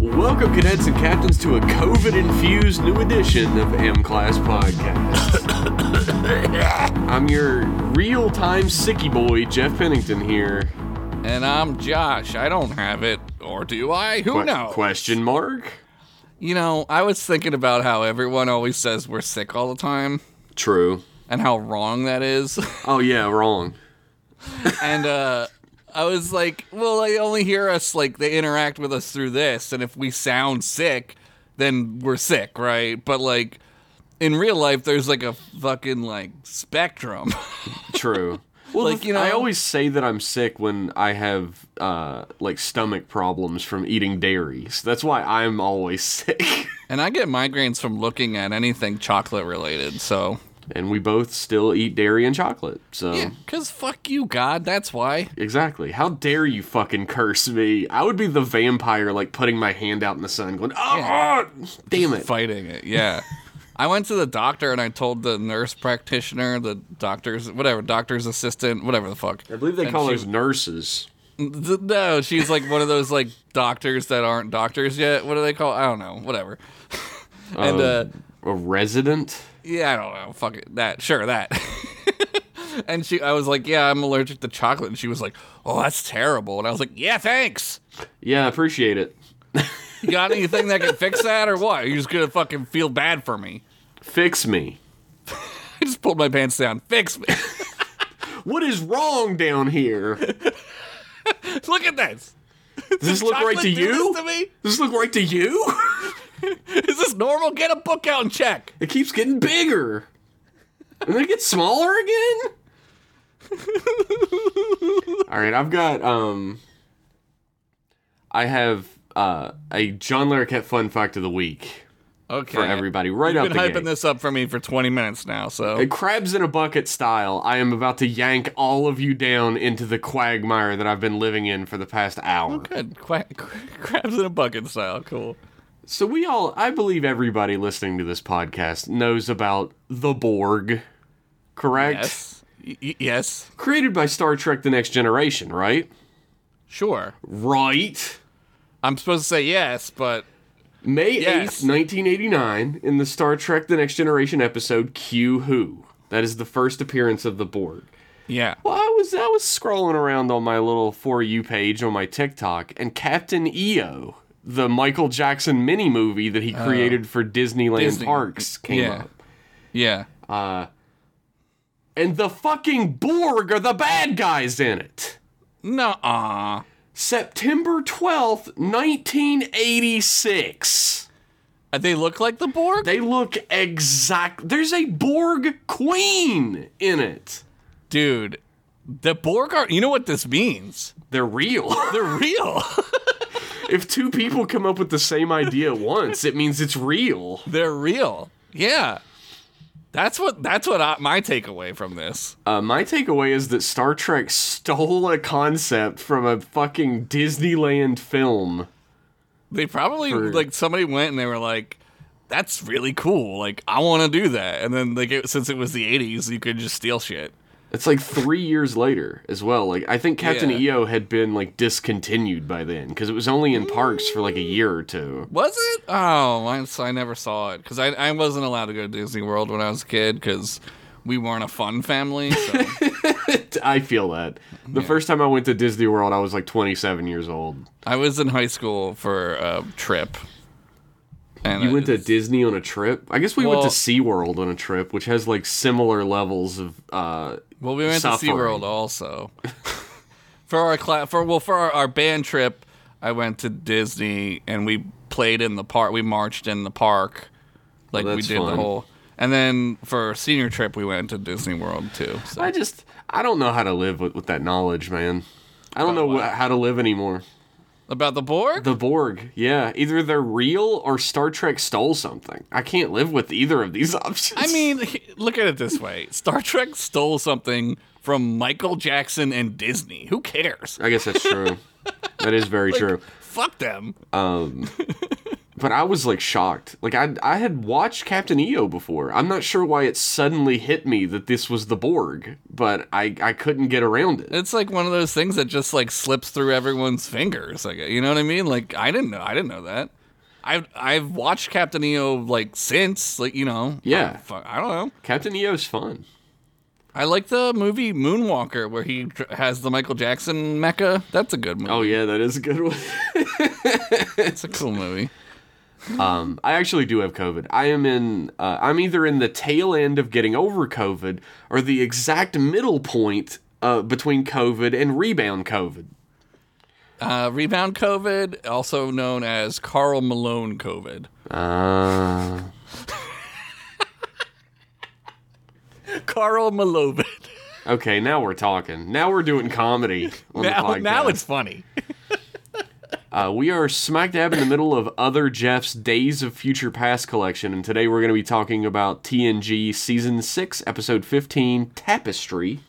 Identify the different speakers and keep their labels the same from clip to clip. Speaker 1: Welcome, cadets and captains, to a COVID infused new edition of M Class Podcast. I'm your real time sicky boy, Jeff Pennington, here.
Speaker 2: And I'm Josh. I don't have it, or do I? Who
Speaker 1: Que-
Speaker 2: knows?
Speaker 1: Question mark?
Speaker 2: You know, I was thinking about how everyone always says we're sick all the time
Speaker 1: True.
Speaker 2: and how wrong that is.
Speaker 1: Oh, yeah, wrong.
Speaker 2: and uh I was like, well, they only hear us like they interact with us through this, and if we sound sick, then we're sick, right? But like in real life there's like a fucking like spectrum.
Speaker 1: True. Well,
Speaker 2: Like,
Speaker 1: the th-
Speaker 2: you know-
Speaker 1: I always say that I'm sick when I have uh, like stomach problems from eating dairy. So that's why I'm always sick.
Speaker 2: and I get migraines from looking at anything chocolate related, so
Speaker 1: and we both still eat dairy and chocolate. So
Speaker 2: yeah, cuz fuck you, god, that's why.
Speaker 1: Exactly. How dare you fucking curse me? I would be the vampire, like putting my hand out in the sun, going, "Oh,
Speaker 2: Yeah.
Speaker 1: ah, damn it!"
Speaker 2: fighting it. Yeah. I went to the doctor and I told the nurse practitioner, the doctor's whatever, doctor's assistant, whatever the fuck.
Speaker 1: I believe they
Speaker 2: And
Speaker 1: call
Speaker 2: she-
Speaker 1: those nurses.
Speaker 2: Th- No, she's like one of those like doctors that aren't doctors yet. What do they call? I don't know. Whatever. and uh,
Speaker 1: A resident.
Speaker 2: yeah, I don't know. Fuck it. That sure that. and she, I was like, yeah, I'm allergic to chocolate, and she was like, oh, that's terrible. And I was like, yeah, thanks.
Speaker 1: Yeah, I appreciate it.
Speaker 2: You got anything that can fix that or what? You're just gonna fucking feel bad for me.
Speaker 1: Fix me.
Speaker 2: I just pulled my pants down. Fix me.
Speaker 1: What is wrong down here? Does
Speaker 2: Look at this.
Speaker 1: this look right to
Speaker 2: Chocolate do
Speaker 1: you?
Speaker 2: This to me?
Speaker 1: Does this look right to you?
Speaker 2: Is this normal? Get a book out and check.
Speaker 1: it keeps getting bigger, and then it gets smaller again. All right, I've got um, I have uh a John Larroquette fun fact of the week.
Speaker 2: Okay.
Speaker 1: for everybody right
Speaker 2: You've
Speaker 1: up
Speaker 2: been
Speaker 1: the
Speaker 2: hyping
Speaker 1: gate.
Speaker 2: this up for me for 20 minutes now, so
Speaker 1: Uh, Crabs in a bucket style, I am about to yank all of you down into the quagmire that I've been living in for the past hour.
Speaker 2: good. Qua- crabs in a bucket style, cool.
Speaker 1: So we all, I believe everybody listening to this podcast knows about the Borg, correct?
Speaker 2: Yes, y- y- yes,
Speaker 1: Created by Star Trek: The Next Generation, right?
Speaker 2: sure.
Speaker 1: Right.
Speaker 2: I'm supposed to say yes, but
Speaker 1: May
Speaker 2: Yes.
Speaker 1: 8th, 1989, in the Star Trek The Next Generation episode Q Who. That is the first appearance of the Borg.
Speaker 2: yeah.
Speaker 1: Well, I was I was scrolling around on my little for you page on my TikTok, and Captain EO, the Michael Jackson mini movie that he created for Disneyland
Speaker 2: Oh. Disney.
Speaker 1: parks, came
Speaker 2: Yeah.
Speaker 1: up.
Speaker 2: Yeah.
Speaker 1: And the fucking Borg are the bad guys in it.
Speaker 2: Nuh-uh.
Speaker 1: September twelfth, nineteen eighty six.
Speaker 2: Uh, They look like the Borg?
Speaker 1: They look exact. There's a Borg queen in it.
Speaker 2: Dude, the Borg are... You know what this means?
Speaker 1: They're real.
Speaker 2: They're real.
Speaker 1: if two people come up with the same idea once, it means it's real.
Speaker 2: They're real. Yeah. That's what that's what I, my takeaway from this.
Speaker 1: Uh, my takeaway is that Star Trek stole a concept from a fucking Disneyland film.
Speaker 2: They probably
Speaker 1: For-
Speaker 2: like somebody went and they were like, "That's really cool. Like, I want to do that." And then like, it, since it was the '80s, you could just steal shit.
Speaker 1: It's like three years later as well. Like I think Captain
Speaker 2: Yeah.
Speaker 1: EO had been like discontinued by then because it was only in parks for like a year or two.
Speaker 2: Was it? Oh, I, so I never saw it because I, I wasn't allowed to go to Disney World when I was a kid because we weren't a fun family. So.
Speaker 1: I feel that the first time I went to Disney World, I was like 27 years old.
Speaker 2: I was in high school for a trip. And
Speaker 1: You
Speaker 2: I
Speaker 1: went to
Speaker 2: just-
Speaker 1: Disney on a trip. I guess we
Speaker 2: Well-
Speaker 1: went to SeaWorld on a trip, which has like similar levels of. Uh,
Speaker 2: Well, we went
Speaker 1: suffering.
Speaker 2: to SeaWorld also. for our cla- for well for our, our band trip, I went to Disney and we played in the park. We marched in the park, like we
Speaker 1: that's
Speaker 2: did
Speaker 1: fun.
Speaker 2: the whole. And then for our senior trip, we went to Disney World too. So.
Speaker 1: I just I don't know how to live with, with that knowledge, man. I don't know wh- how to live anymore.
Speaker 2: About the Borg?
Speaker 1: The Borg, yeah. Either they're real or Star Trek stole something. I can't live with either of these options.
Speaker 2: I mean, look at it this way: Star Trek stole something from Michael Jackson and Disney. Who cares?
Speaker 1: I guess that's true. that is very true.
Speaker 2: Fuck them.
Speaker 1: But I was like shocked. Like I I had watched Captain EO before. I'm not sure why it suddenly hit me that this was the Borg, but I I couldn't get around it.
Speaker 2: It's like one of those things that just like slips through everyone's fingers. Like, you know what I mean? Like, I didn't know. I didn't know that. I've I've watched Captain EO like since like you know
Speaker 1: Yeah.
Speaker 2: I, fuck, I don't know
Speaker 1: Captain EO's fun.
Speaker 2: I like the movie Moonwalker where he dr- has the Michael Jackson mecha that's a good movie
Speaker 1: Oh yeah, that is a good one.
Speaker 2: it's a cool movie
Speaker 1: Um, I actually do have COVID. I am in. Uh, I'm either in the tail end of getting over COVID or the exact middle point uh, between COVID and rebound COVID.
Speaker 2: uh, Rebound COVID also known as Carl Malone COVID
Speaker 1: Uh,
Speaker 2: Carl Malovid
Speaker 1: okay, now we're talking. Now we're doing comedy on the
Speaker 2: now
Speaker 1: podcast.
Speaker 2: now it's funny
Speaker 1: Uh, we are smack dab in the middle of Other Jeff's Days of Future Past collection, and today we're going to be talking about TNG Season 6, Episode 15, Tapestry.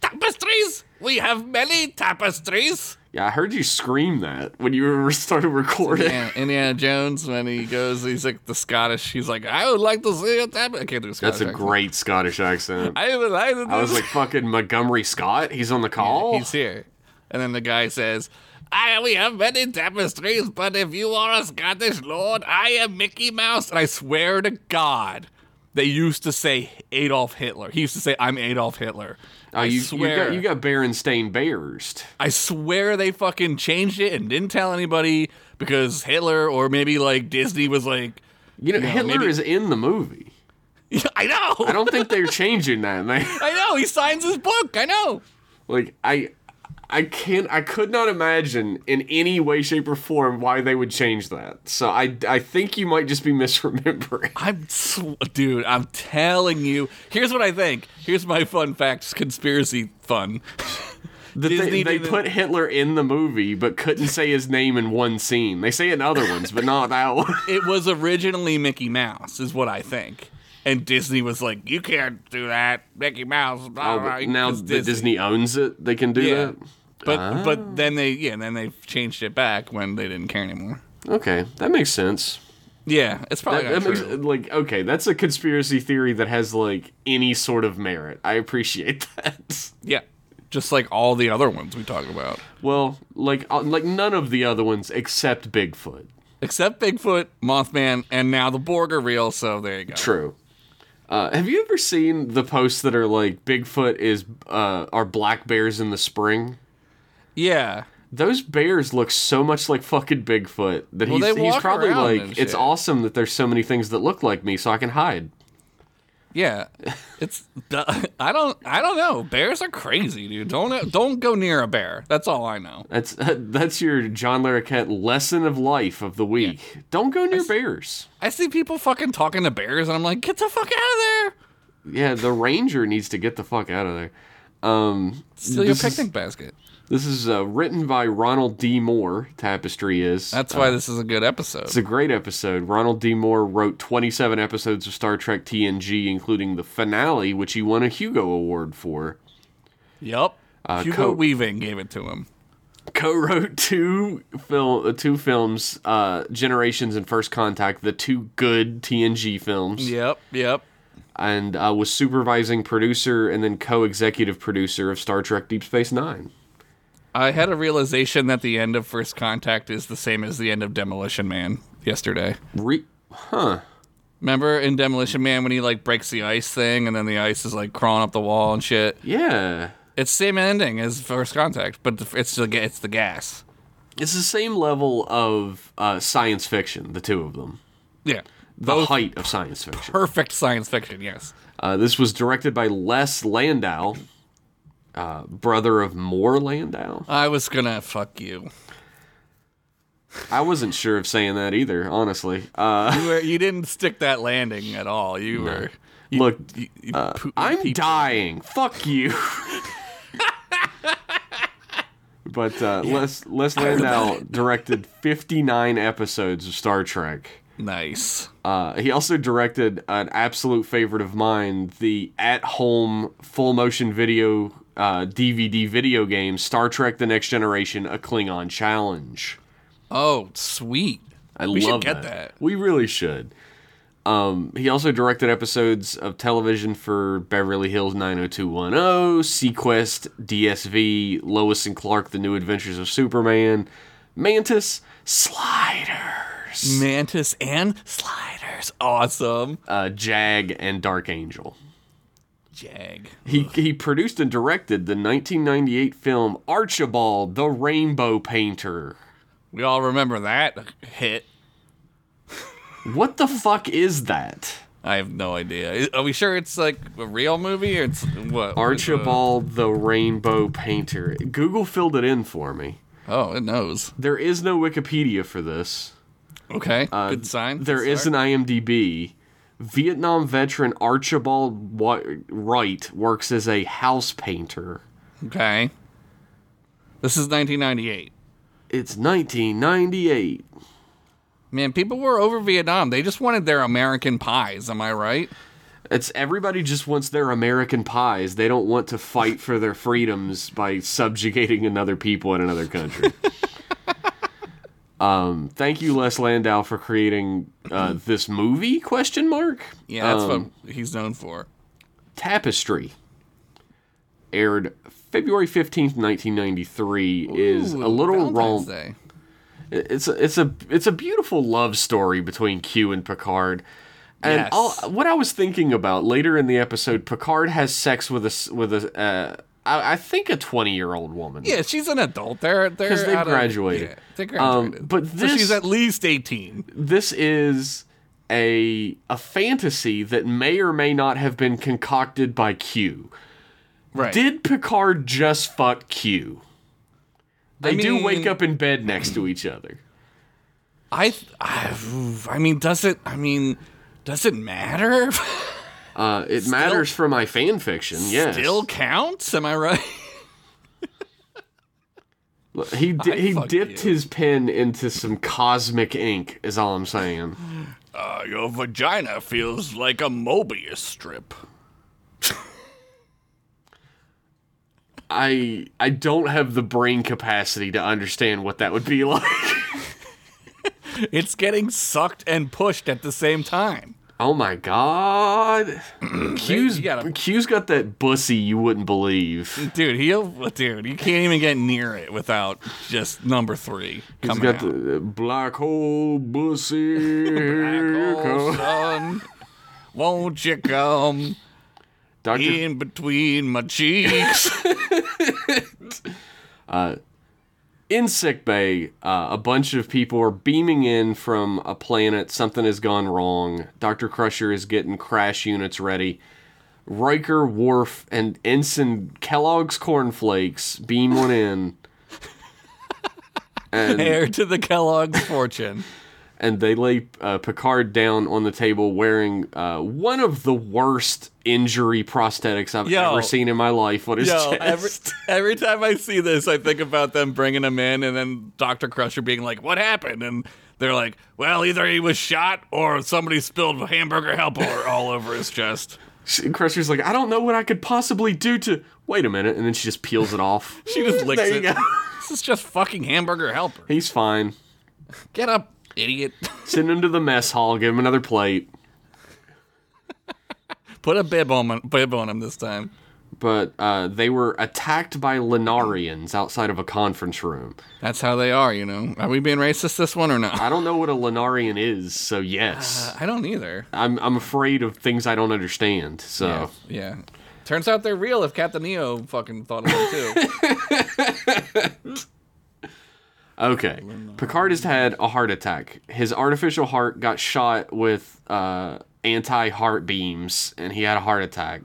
Speaker 2: tapestries we have many tapestries
Speaker 1: Yeah, I heard you scream that when you were started recording.
Speaker 2: yeah, Indiana Jones when he goes he's like the Scottish he's like I would like to see a tap I can't do a Scottish
Speaker 1: That's a
Speaker 2: accent.
Speaker 1: great Scottish accent.
Speaker 2: I would like to
Speaker 1: I was like, "Oh." fucking Montgomery Scott? He's on the call?
Speaker 2: He's here. And then the guy says, I, we have many tapestries, but if you are a Scottish lord, I am Mickey Mouse. And I swear to God, they used to say Adolf Hitler. He used to say, I'm Adolf Hitler.
Speaker 1: Oh,
Speaker 2: I
Speaker 1: you, You
Speaker 2: swear.
Speaker 1: got, you got Berenstain Bears.
Speaker 2: I swear they fucking changed it and didn't tell anybody because Hitler or maybe like Disney was like,
Speaker 1: You know, Hitler
Speaker 2: maybe-
Speaker 1: is in the movie.
Speaker 2: I know.
Speaker 1: I don't think they're changing that, man.
Speaker 2: I know. He signs his book. I know.
Speaker 1: Like I I can't I could not imagine in any way, shape, or form why they would change that. So I I think you might just be misremembering.
Speaker 2: I'm, sw- dude. I'm telling you. Here's what I think. Here's my fun facts, conspiracy fun.
Speaker 1: That
Speaker 2: Disney
Speaker 1: they, they
Speaker 2: didn't-
Speaker 1: put Hitler in the movie but couldn't say his name in one scene. They say it in other ones, but not that one.
Speaker 2: It was originally Mickey Mouse, is what I think. And Disney was like, "You can't do that, Mickey Mouse." Blah,
Speaker 1: Oh,
Speaker 2: blah,
Speaker 1: but now
Speaker 2: it's
Speaker 1: that Disney. owns it, they can do Ah.
Speaker 2: Yeah. But but then they yeah, then they changed it back when they didn't care anymore.
Speaker 1: that. Okay, that makes sense.
Speaker 2: Yeah, it's probably
Speaker 1: That, that
Speaker 2: not
Speaker 1: makes
Speaker 2: true.
Speaker 1: like okay, that's a conspiracy theory that has like any sort of merit. I appreciate that.
Speaker 2: yeah, just like all the other ones we talk about,
Speaker 1: Well, like uh, like none of the other ones except Bigfoot.
Speaker 2: except Bigfoot, Mothman, and now the Borg are real. So there you go.
Speaker 1: True. Uh, have you ever seen the posts that are like Bigfoot is uh, are black bears in the spring?
Speaker 2: Yeah,
Speaker 1: Those bears look so much like fucking Bigfoot that
Speaker 2: Well,
Speaker 1: he's,
Speaker 2: they
Speaker 1: he's
Speaker 2: walk
Speaker 1: probably
Speaker 2: around
Speaker 1: like,
Speaker 2: and
Speaker 1: it's
Speaker 2: shit."
Speaker 1: awesome that there's so many things that look like me, so I can hide.
Speaker 2: yeah. It's I don't I don't know. Bears are crazy, dude. Don't don't go near a bear. That's all I know.
Speaker 1: That's that's your John Larroquette lesson of life of the week. Don't go near bears.
Speaker 2: I see people fucking talking to bears, and I'm like, get the fuck out of there!
Speaker 1: Yeah, the ranger needs to get the fuck out of there. Um,
Speaker 2: Steal your
Speaker 1: this is-
Speaker 2: picnic basket.
Speaker 1: This is uh, written by Ronald D. Moore. Tapestry is.
Speaker 2: That's why this is a good episode.
Speaker 1: It's a great episode. Ronald D. Moore wrote 27 episodes of Star Trek TNG, including the finale, which he won a Hugo Award for.
Speaker 2: Yup. Hugo
Speaker 1: co-
Speaker 2: Weaving gave it to him.
Speaker 1: Co-wrote two film, uh, two films, uh, Generations and First Contact, the two good TNG films,
Speaker 2: Yep, yep.
Speaker 1: and uh, was supervising producer and then co-executive producer of Star Trek: Deep Space Nine.
Speaker 2: I had a realization that the end of First Contact is the same as the end of Demolition Man yesterday.
Speaker 1: Re- huh?
Speaker 2: Remember in Demolition Man when he like breaks the ice thing and then the ice is like crawling up the wall and shit?
Speaker 1: Yeah.
Speaker 2: It's the same ending as First Contact, but the- it's the, ga- it's the gas.
Speaker 1: It's the same level of uh, science fiction, the two of them.
Speaker 2: Yeah.
Speaker 1: The height of science fiction.
Speaker 2: Perfect science fiction, yes.
Speaker 1: Uh, this was directed by Les Landau, uh, brother of Moore Landau.
Speaker 2: I was gonna fuck you.
Speaker 1: I wasn't sure of saying that either, honestly. Uh,
Speaker 2: you, were, you didn't stick that landing at all. You were. You,
Speaker 1: look,
Speaker 2: you, you poo-
Speaker 1: Uh, I'm
Speaker 2: peeped.
Speaker 1: dying. Fuck you. but uh, Les Les Landau directed 59 episodes of Star Trek.
Speaker 2: nice.
Speaker 1: Uh, he also directed an absolute favorite of mine, the at-home full motion video uh, DVD video game Star Trek: The Next Generation: A Klingon Challenge.
Speaker 2: Oh, sweet.
Speaker 1: I
Speaker 2: We should
Speaker 1: love
Speaker 2: get that.
Speaker 1: We really should. Um, he also directed episodes of television for Beverly Hills 90210, Sequest, DSV, Lois and Clark: The New Adventures of Superman, Mantis, Sliders. Sliders,
Speaker 2: Mantis and Sliders. Awesome.
Speaker 1: uh, Jag, and Dark Angel.
Speaker 2: Jag.
Speaker 1: He, he produced and directed the 1998 film Archibald the Rainbow Painter.
Speaker 2: We all remember that hit.
Speaker 1: What the fuck is that?
Speaker 2: I have no idea. Are we sure it's like a real movie or it's what?
Speaker 1: Archibald the Rainbow Painter. Google filled it in for me.
Speaker 2: Oh, it knows.
Speaker 1: There is no Wikipedia for this.
Speaker 2: Okay. Good sign.
Speaker 1: Uh, There
Speaker 2: Good
Speaker 1: is
Speaker 2: start.
Speaker 1: an IMDb. Vietnam veteran Archibald Wa- Wright works as a house painter.
Speaker 2: Okay. This is 1998.
Speaker 1: It's 1998.
Speaker 2: Man, people were over Vietnam. They just wanted their American pies. Am I right?
Speaker 1: It's everybody just wants their American pies. They don't want to fight for their freedoms by subjugating another people in another country. um, thank you, Les Landau, for creating uh, this movie? Question mark.
Speaker 2: Yeah, that's
Speaker 1: Um,
Speaker 2: what he's known for.
Speaker 1: Tapestry aired February fifteenth, nineteen ninety three. Is
Speaker 2: Ooh,
Speaker 1: a little
Speaker 2: Valentine's
Speaker 1: rom.
Speaker 2: Day.
Speaker 1: It's a, it's a it's a beautiful love story between Q and Picard. And
Speaker 2: Yes.
Speaker 1: all, what I was thinking about later in the episode, Picard has sex with a s- with a uh, I, I think a twenty year old woman.
Speaker 2: Yeah, she's an adult. They're they're
Speaker 1: 'Cause they've
Speaker 2: out of-
Speaker 1: graduated.
Speaker 2: yeah, they
Speaker 1: Um,
Speaker 2: graduated.
Speaker 1: but
Speaker 2: so
Speaker 1: this-
Speaker 2: she's at least 18.
Speaker 1: This is a a fantasy that may or may not have been concocted by Q.
Speaker 2: Right.
Speaker 1: Did Picard just fuck Q? They
Speaker 2: I
Speaker 1: do wake
Speaker 2: mean-
Speaker 1: up in bed next to each other.
Speaker 2: I, th- I, oof, I mean, does it? I mean, does it matter?
Speaker 1: Uh, it matters for my fan fiction. Yes,
Speaker 2: Still counts? Am I right?
Speaker 1: Look, he di-
Speaker 2: I
Speaker 1: he
Speaker 2: fuck
Speaker 1: dipped
Speaker 2: you.
Speaker 1: his pen into some cosmic ink. Is all I'm saying.
Speaker 2: Uh, your vagina feels like a Mobius strip.
Speaker 1: I I don't have the brain capacity to understand what that would be like.
Speaker 2: It's getting sucked and pushed at the same time.
Speaker 1: oh my god, Q's
Speaker 2: You gotta-
Speaker 1: Q's got that bussy you wouldn't believe.
Speaker 2: Dude, he'll dude, you can't even get near it without just number three
Speaker 1: He's
Speaker 2: coming
Speaker 1: got
Speaker 2: out.
Speaker 1: the uh, black hole bussy. Here you
Speaker 2: Black hole,
Speaker 1: go.
Speaker 2: son, won't you come
Speaker 1: Doctor
Speaker 2: in between my cheeks?
Speaker 1: in sick bay, uh, a bunch of people are beaming in from a planet. Something has gone wrong. Doctor Crusher is getting crash units ready. Riker, Worf, and Ensign Kellogg's cornflakes beam one in,
Speaker 2: Heir to the Kellogg's fortune.
Speaker 1: and they lay uh, Picard down on the table wearing uh, one of the worst injury prosthetics I've
Speaker 2: Yo.
Speaker 1: ever seen in my life. What is
Speaker 2: Yo,
Speaker 1: chest?
Speaker 2: every, every time I see this, I think about them bringing him in and then Dr. Crusher being like, What happened? And they're like, Well, either he was shot or somebody spilled hamburger helper all over his chest.
Speaker 1: She- Crusher's like, I don't know what I could possibly do to. Wait a minute, and then she just peels it off.
Speaker 2: She just licks
Speaker 1: There you go.
Speaker 2: it. This is just fucking hamburger helper.
Speaker 1: He's fine.
Speaker 2: Get up, idiot.
Speaker 1: Send him to the mess hall. Give him another plate.
Speaker 2: Put a bib on, my, bib on him this time.
Speaker 1: But uh, they were attacked by Lenarians outside of a conference room.
Speaker 2: That's how they are, you know. Are we being racist this one or not?
Speaker 1: I don't know what a Lenarian is, so yes,
Speaker 2: I don't either.
Speaker 1: I'm I'm afraid of things I don't understand. So
Speaker 2: Yeah. Turns out they're real if Captain Neo fucking thought of them too.
Speaker 1: okay, Picard has had a heart attack. His artificial heart got shot with uh, anti-heart beams, and he had a heart attack.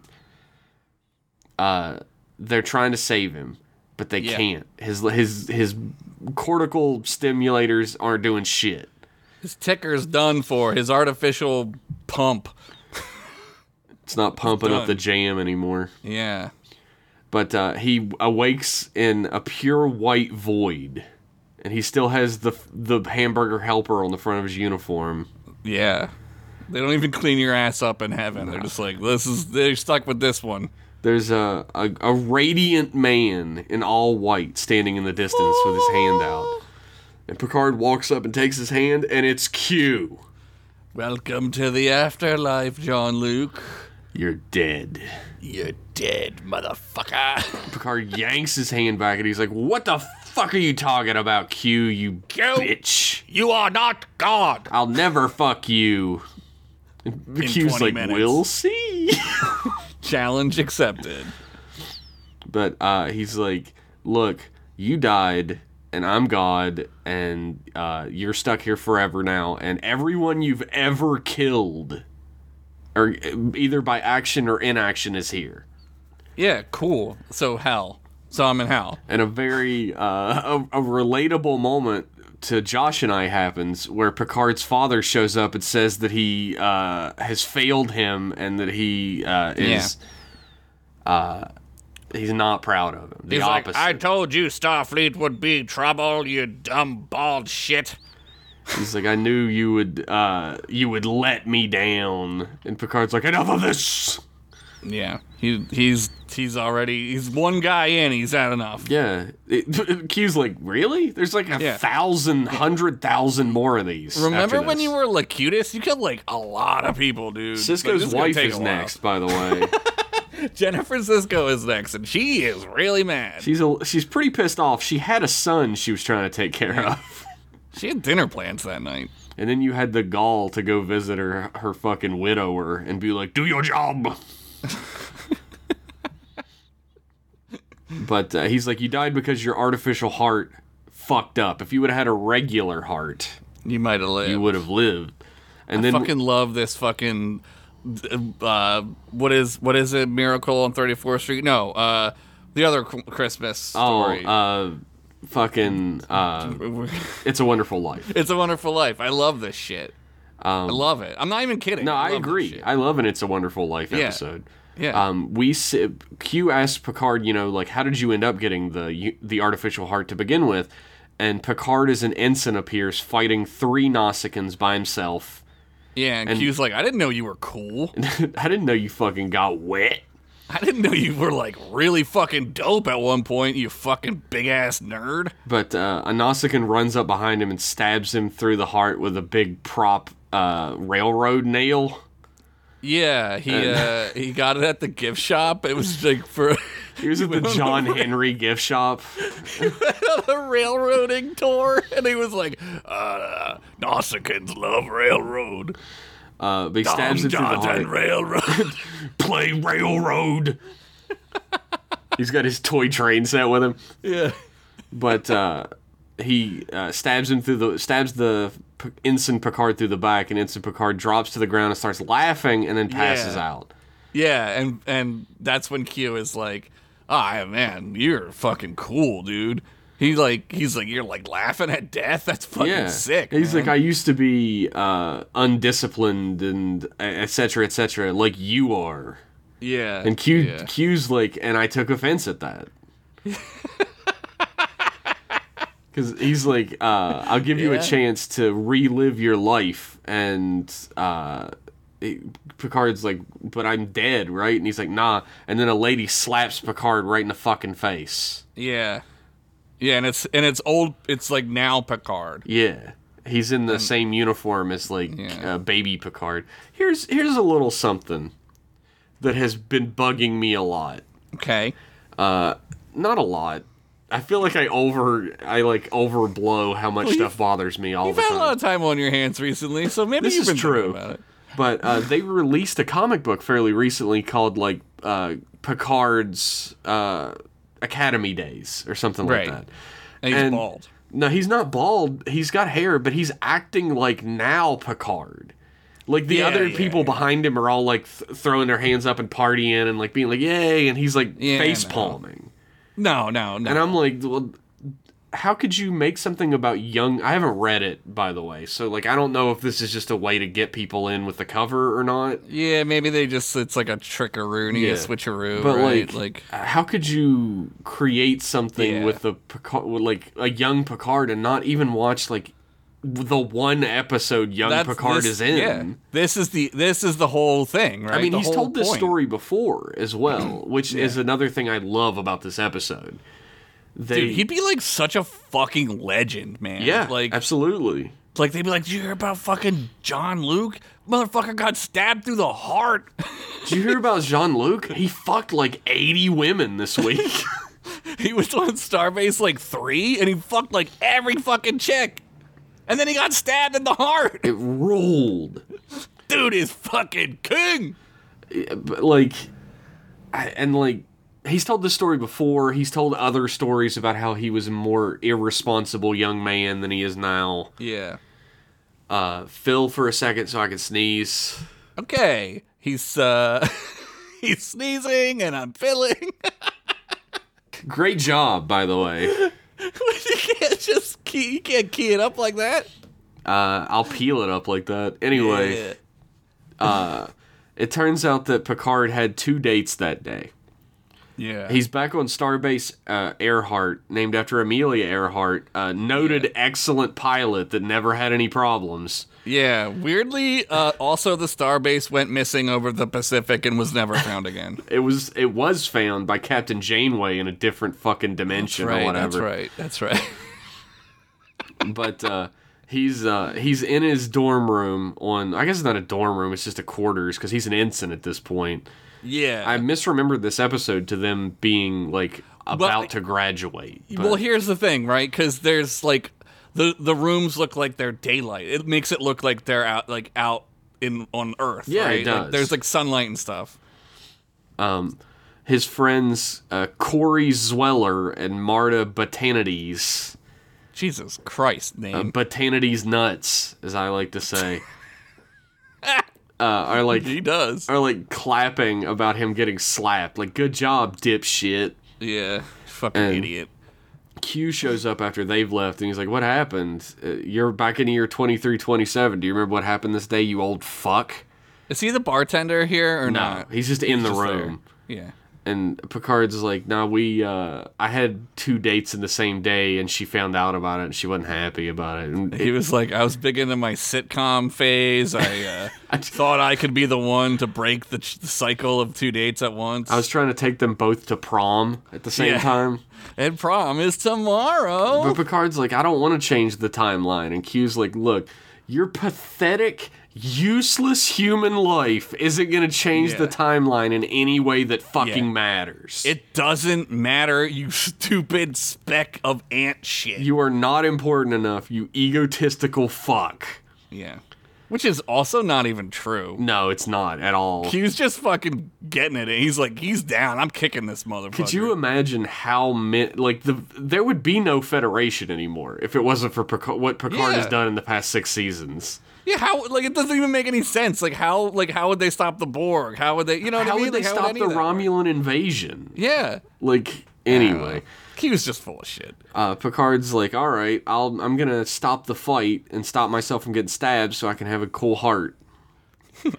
Speaker 1: Uh, they're trying to save him, but they
Speaker 2: Yeah.
Speaker 1: can't. His his his cortical stimulators aren't doing shit.
Speaker 2: His ticker's done for. His artificial pump.
Speaker 1: It's not pumping up
Speaker 2: done.
Speaker 1: the jam anymore.
Speaker 2: Yeah.
Speaker 1: But uh, he awakes in a pure white void, and he still has the the hamburger helper on the front of his uniform.
Speaker 2: Yeah. They don't even clean your ass up in heaven. They're just like, this is, they're stuck with this one.
Speaker 1: There's a, a a radiant man in all white standing in the distance with his hand out, and Picard walks up and takes his hand, and it's Q.
Speaker 2: Welcome to the afterlife, John Luke.
Speaker 1: You're dead.
Speaker 2: You're dead, motherfucker.
Speaker 1: Picard yanks his hand back, and he's like, "What the fuck are you talking about, Q, you
Speaker 2: Q.
Speaker 1: bitch?
Speaker 2: You are not God.
Speaker 1: I'll never fuck you. And Q's
Speaker 2: 20
Speaker 1: like,
Speaker 2: minutes.
Speaker 1: we'll see.
Speaker 2: Challenge accepted.
Speaker 1: but uh, he's like, look, you died, and I'm God, and uh, you're stuck here forever now, and everyone you've ever killed, or either by action or inaction, is here.
Speaker 2: Yeah, cool. So hell. So I'm in hell.
Speaker 1: and a very uh, a, a relatable moment to Josh and I happens where Picard's father shows up and says that he uh, has failed him and that he uh, is uh, he's not proud of him. The
Speaker 2: He's like,
Speaker 1: opposite.
Speaker 2: I told you Starfleet would be trouble, you dumb bald shit.
Speaker 1: he's like, I knew you would uh, you would let me down. And Picard's like, enough of this.
Speaker 2: Yeah, he he's he's already he's one guy in. He's had enough.
Speaker 1: Yeah, it, Q's like, really? There's like a
Speaker 2: Yeah.
Speaker 1: thousand, hundred thousand more of these. after
Speaker 2: Remember when
Speaker 1: this.
Speaker 2: you were Lacutus? You killed like a lot of people, dude.
Speaker 1: Cisco's
Speaker 2: Like, this gonna
Speaker 1: wife
Speaker 2: take
Speaker 1: is
Speaker 2: a while.
Speaker 1: next, by the way.
Speaker 2: Jennifer Cisco is next, and she is really mad. She,
Speaker 1: She's a, she's pretty pissed off. She had a son she was trying to take care of,
Speaker 2: had dinner plans that night.
Speaker 1: and then you had the gall to go visit her her fucking widower and be like, "Do your job." but uh, he's like, "You died because your artificial heart fucked up. If you would have had a regular heart,
Speaker 2: You might have lived.
Speaker 1: you would have lived." And then
Speaker 2: fucking love this fucking uh, what is what is it? Miracle on 34th Street? No, uh, the other Cr- Christmas
Speaker 1: oh,
Speaker 2: story.
Speaker 1: uh, fucking, uh, it's a wonderful life.
Speaker 2: it's a Wonderful Life. I love this shit. I love it. I'm not even kidding.
Speaker 1: Um, No, I,
Speaker 2: love this
Speaker 1: agree.
Speaker 2: shit.
Speaker 1: I love an "It's a Wonderful Life"
Speaker 2: Yeah.
Speaker 1: episode.
Speaker 2: yeah,
Speaker 1: um, we si- Q asked Picard, you know, like how did you end up getting the the artificial heart to begin with? And Picard as an ensign appears fighting three Nausicaans by himself.
Speaker 2: yeah. And, Q's like, I didn't know you were cool.
Speaker 1: I didn't know you fucking got wet.
Speaker 2: I didn't know you were like really fucking dope at one point. You fucking big ass nerd.
Speaker 1: But uh, a Nausicaan runs up behind him and stabs him through the heart with a big prop uh, railroad nail.
Speaker 2: Yeah, he uh, he got it at the gift shop. It was like for
Speaker 1: He was at the John Henry gift shop.
Speaker 2: a railroading tour, and he was like, uh, Nausicaans love railroad.
Speaker 1: Uh, but he stabs him through the heart.
Speaker 2: Railroad.
Speaker 1: Play railroad. He's got his toy train set with him.
Speaker 2: yeah.
Speaker 1: but uh, he uh, stabs him through the stabs the P- ensign Picard through the back, and ensign Picard drops to the ground and starts laughing, and then passes
Speaker 2: Yeah.
Speaker 1: out.
Speaker 2: Yeah, and and that's when Q is like, ah, man, you're fucking cool, dude. He like he's like you're like laughing at death. That's fucking
Speaker 1: Yeah,
Speaker 2: sick.
Speaker 1: He's
Speaker 2: man."
Speaker 1: like, I used to be uh, undisciplined and etc. Cetera, etc. Cetera, like you are.
Speaker 2: yeah,
Speaker 1: And Q
Speaker 2: yeah.
Speaker 1: Q's like, and I took offense at that. Because he's like, uh, I'll give you
Speaker 2: Yeah.
Speaker 1: a chance to relive your life, and uh, he- Picard's like, but I'm dead, right? And he's like, nah. And then a lady slaps Picard right in the fucking face.
Speaker 2: yeah, yeah, and it's and it's old. It's like now Picard.
Speaker 1: Yeah, he's in the same uniform as like
Speaker 2: Um, Yeah.
Speaker 1: uh, baby Picard. Here's here's a little something that has been bugging me a lot.
Speaker 2: Okay.
Speaker 1: not a lot. I feel like I over I like overblow how much stuff bothers me all
Speaker 2: You've
Speaker 1: the
Speaker 2: had
Speaker 1: time.
Speaker 2: a lot of time on your hands recently, so maybe
Speaker 1: This
Speaker 2: you've
Speaker 1: is
Speaker 2: been thinking
Speaker 1: true.
Speaker 2: about it.
Speaker 1: But uh, they released a comic book fairly recently called like uh, Picard's uh, Academy Days or something
Speaker 2: Right.
Speaker 1: like that.
Speaker 2: And he's
Speaker 1: And-
Speaker 2: bald.
Speaker 1: No, he's not bald. He's got hair, but he's acting like now Picard. Like the
Speaker 2: Yeah,
Speaker 1: other
Speaker 2: yeah,
Speaker 1: people
Speaker 2: yeah.
Speaker 1: behind him are all like th- throwing their hands up and partying and like being like yay, and he's like
Speaker 2: Yeah,
Speaker 1: face
Speaker 2: no.
Speaker 1: palming.
Speaker 2: No, no, no.
Speaker 1: And I'm like, well, how could you make something about young? I haven't read it, by the way, so like I don't know if this is just a way to get people in with the cover or not.
Speaker 2: Yeah, maybe they just it's like a trickaroo,
Speaker 1: Yeah.
Speaker 2: a switcheroo,
Speaker 1: But
Speaker 2: right?
Speaker 1: like, how could you create something
Speaker 2: Yeah.
Speaker 1: with a Picard, with like a young Picard, and not even watch like the one episode young Picard
Speaker 2: this-
Speaker 1: is in?
Speaker 2: Yeah, this is the this is the whole thing, right?
Speaker 1: I mean,
Speaker 2: The
Speaker 1: he's
Speaker 2: whole
Speaker 1: told this
Speaker 2: point.
Speaker 1: story before as well, which is another thing I love about this episode. They,
Speaker 2: Dude, he'd be like such a fucking legend, man.
Speaker 1: yeah,
Speaker 2: like
Speaker 1: absolutely.
Speaker 2: like they'd be like, "Did you hear about fucking John Luke? Motherfucker got stabbed through the heart."
Speaker 1: Did you hear about Jean Luc? He fucked like 80 women this week.
Speaker 2: he was on Starbase like three, and he fucked like every fucking chick, and then he got stabbed in the heart.
Speaker 1: It ruled.
Speaker 2: Dude is fucking king.
Speaker 1: But like, I- and like, he's told this story before. He's told other stories about how he was a more irresponsible young man than he is now.
Speaker 2: Yeah.
Speaker 1: Uh, Phil for a second so I can sneeze.
Speaker 2: Okay. He's uh, he's sneezing, and I'm filling.
Speaker 1: Great job, by the way.
Speaker 2: you can't just key, you can't key it up like that.
Speaker 1: Uh, I'll peel it up like that. Anyway,
Speaker 2: Yeah.
Speaker 1: it turns out that Picard had two dates that day.
Speaker 2: Yeah.
Speaker 1: He's back on Starbase uh, Earhart, named after Amelia Earhart, a noted excellent pilot that never had any problems.
Speaker 2: yeah. Weirdly, uh, also the starbase went missing over the Pacific and was never found again.
Speaker 1: It was it was found by Captain Janeway in a different fucking dimension or whatever.
Speaker 2: That's right. That's right.
Speaker 1: But uh, he's uh, he's in his dorm room on I guess it's not a dorm room, it's just a quarters because he's an ensign at this point.
Speaker 2: yeah.
Speaker 1: I misremembered this episode to them being like about to graduate. but-
Speaker 2: well, here's the thing, right? Because there's like the the rooms look like they're daylight. It makes it look like they're out like out in on Earth.
Speaker 1: Yeah, it
Speaker 2: right? Like,
Speaker 1: does.
Speaker 2: there's like sunlight and stuff.
Speaker 1: his friends uh, Corey Zweller and Marta Botanides.
Speaker 2: Jesus Christ,
Speaker 1: Uh,
Speaker 2: name.
Speaker 1: Botanides nuts, as I like to say. uh, are like
Speaker 2: he does.
Speaker 1: are like clapping about him getting slapped. Like, good job, dipshit.
Speaker 2: Yeah. Fucking
Speaker 1: And-
Speaker 2: idiot.
Speaker 1: Q shows up after they've left, and he's like, "What happened? Uh, you're back in the year twenty three twenty seven. Do you remember what happened this day, you old fuck?"
Speaker 2: Is he the bartender here or
Speaker 1: No,
Speaker 2: not?
Speaker 1: he's just in the
Speaker 2: Just there.
Speaker 1: room.
Speaker 2: Yeah.
Speaker 1: and Picard's like, "Nah, we uh, I had two dates in the same day, and she found out about it, and she wasn't happy about it." And
Speaker 2: He was like, I was big into my sitcom phase. I, uh, thought I could be the one to break the, ch- the cycle of two dates at once.
Speaker 1: I was trying to take them both to prom at the same
Speaker 2: Yeah.
Speaker 1: time,
Speaker 2: and prom is tomorrow.
Speaker 1: but Picard's like, "I don't want to change the timeline," and Q's like, "Look, your pathetic, useless human life isn't going to change the
Speaker 2: Yeah.
Speaker 1: timeline in any way that fucking
Speaker 2: Yeah.
Speaker 1: matters."
Speaker 2: it doesn't matter, you stupid speck of ant shit.
Speaker 1: you are not important enough, you egotistical fuck.
Speaker 2: yeah. Which is also not even true.
Speaker 1: No, it's not at all.
Speaker 2: Q's just fucking getting it. He's like, he's down. I'm kicking this motherfucker.
Speaker 1: Could you imagine how many like the there would be no federation anymore if it wasn't for Picard, what Picard has
Speaker 2: Yeah.
Speaker 1: done in the past six seasons?
Speaker 2: Yeah, how like it doesn't even make any sense. Like how like how would they stop the Borg? How would they you know what
Speaker 1: How
Speaker 2: I mean?
Speaker 1: would they
Speaker 2: Like,
Speaker 1: stop
Speaker 2: any
Speaker 1: the
Speaker 2: of that work?
Speaker 1: Romulan invasion?
Speaker 2: Yeah.
Speaker 1: Like anyway,
Speaker 2: Q's just full of shit.
Speaker 1: uh, Picard's like, all right, I'll I'm gonna stop the fight and stop myself from getting stabbed so I can have a cool heart.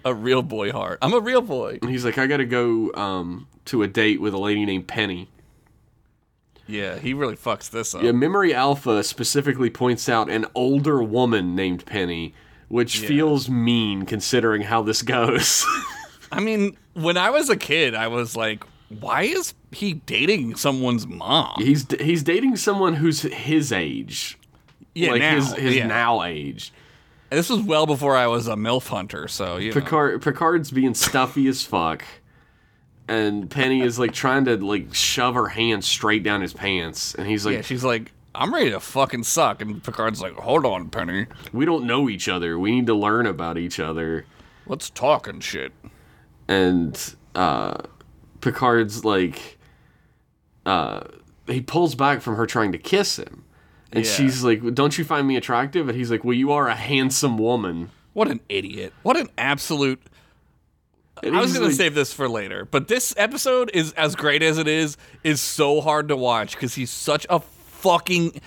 Speaker 2: A real boy heart. I'm a real boy.
Speaker 1: And he's like, I gotta go um, to a date with a lady named Penny.
Speaker 2: Yeah, he really fucks this up.
Speaker 1: Yeah, Memory Alpha specifically points out an older woman named Penny, which feels mean considering how this goes.
Speaker 2: I mean, when I was a kid, I was like, why is he dating someone's mom?
Speaker 1: He's he's dating someone who's his age,
Speaker 2: Yeah,
Speaker 1: like
Speaker 2: now.
Speaker 1: his his
Speaker 2: yeah.
Speaker 1: now age.
Speaker 2: And this was well before I was a MILF hunter, so you know.
Speaker 1: Picard Picard's being stuffy as fuck, and Penny is like trying to like shove her hand straight down his pants, and he's like,
Speaker 2: Yeah, she's like, I'm ready to fucking suck. And Picard's like, hold on, Penny.
Speaker 1: "We don't know each other. We need to learn about each other."
Speaker 2: Let's talk and shit.
Speaker 1: And uh, Picard's like, uh, he pulls back from her trying to kiss him, and
Speaker 2: Yeah.
Speaker 1: she's like, "Don't you find me attractive?" And he's like, "Well, you are a handsome woman."
Speaker 2: What an idiot. What an absolute.
Speaker 1: And
Speaker 2: I was
Speaker 1: he's
Speaker 2: going to
Speaker 1: like-
Speaker 2: save this for later, but this episode is as great as it is, is so hard to watch because he's such a fucking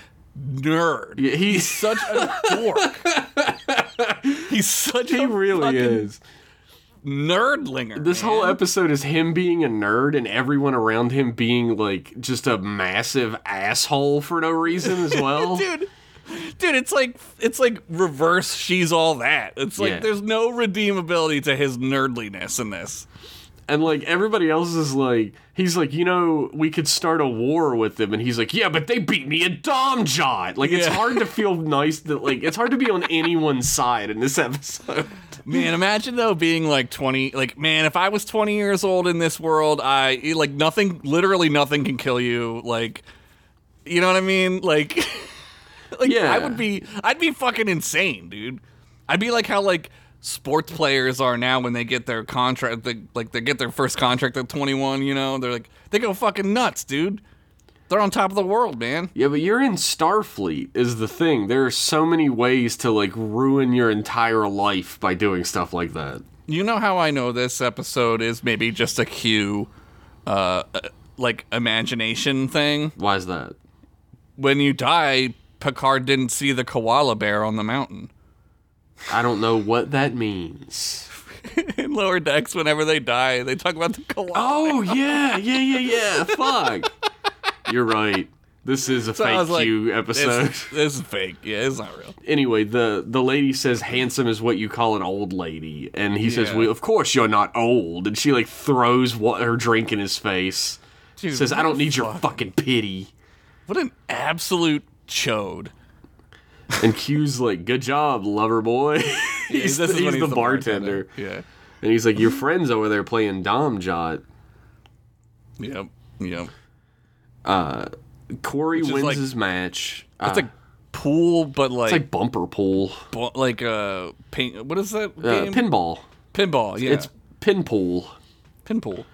Speaker 2: nerd.
Speaker 1: Yeah, he-
Speaker 2: He's such a dork. He's such
Speaker 1: He
Speaker 2: a
Speaker 1: really
Speaker 2: fucking
Speaker 1: is.
Speaker 2: nerdlinger.
Speaker 1: This
Speaker 2: man.
Speaker 1: whole episode is him being a nerd and everyone around him being like just a massive asshole for no reason as well.
Speaker 2: dude. Dude, it's like it's like reverse. She's all that. It's like
Speaker 1: Yeah.
Speaker 2: there's no redeemability to his nerdliness in this.
Speaker 1: And like everybody else is like, he's like, you know, we could start a war with them, and he's like, yeah, but they beat me at Domjot. Like it's
Speaker 2: Yeah.
Speaker 1: hard to feel nice that like it's hard to be on anyone's side in this episode.
Speaker 2: Man, imagine though being like 20, like man, if I was 20 years old in this world, I like nothing, literally nothing can kill you. Like, you know what I mean? Like, like
Speaker 1: Yeah.
Speaker 2: I would be, I'd be fucking insane, dude. I'd be like how like sports players are now when they get their contract, they, like they get their first contract at 21. You know, they're like they go fucking nuts, dude. They're on top of the world, man.
Speaker 1: Yeah, but you're in Starfleet is the thing. There are so many ways to like ruin your entire life by doing stuff like that.
Speaker 2: You know how I know this episode is maybe just a cue, uh, uh, like imagination thing.
Speaker 1: Why is that?
Speaker 2: When you die, Picard didn't see the koala bear on the mountain.
Speaker 1: I don't know what that means.
Speaker 2: In lower decks, whenever they die, they talk about the koala.
Speaker 1: Oh yeah, yeah, yeah, yeah. Fuck. You're right. This is a
Speaker 2: I
Speaker 1: fake
Speaker 2: was like,
Speaker 1: you episode.
Speaker 2: This, this is fake. Yeah, it's not real.
Speaker 1: anyway, the the lady says handsome is what you call an old lady, and he says,
Speaker 2: Yeah.
Speaker 1: "Well, of course you're not old." And she like throws what her drink in his face.
Speaker 2: Dude,
Speaker 1: says, "I
Speaker 2: what
Speaker 1: don't
Speaker 2: a
Speaker 1: need your
Speaker 2: fuck-
Speaker 1: fucking pity."
Speaker 2: What an absolute chode.
Speaker 1: And Q's like, "Good job, lover boy." he's
Speaker 2: This is
Speaker 1: he's
Speaker 2: when
Speaker 1: the, bartender.
Speaker 2: bartender.
Speaker 1: and he's like, "Your friends over there playing Dom Jot."
Speaker 2: Yeah. Yep. Yep.
Speaker 1: Corey
Speaker 2: is
Speaker 1: wins
Speaker 2: like-
Speaker 1: his match.
Speaker 2: It's
Speaker 1: Uh,
Speaker 2: like pool, but
Speaker 1: it's
Speaker 2: like
Speaker 1: like bumper pool,
Speaker 2: bu- like uh, paint. What is that
Speaker 1: uh,
Speaker 2: game?
Speaker 1: pinball.
Speaker 2: Pinball. Yeah.
Speaker 1: It's pin pool.
Speaker 2: pinpool.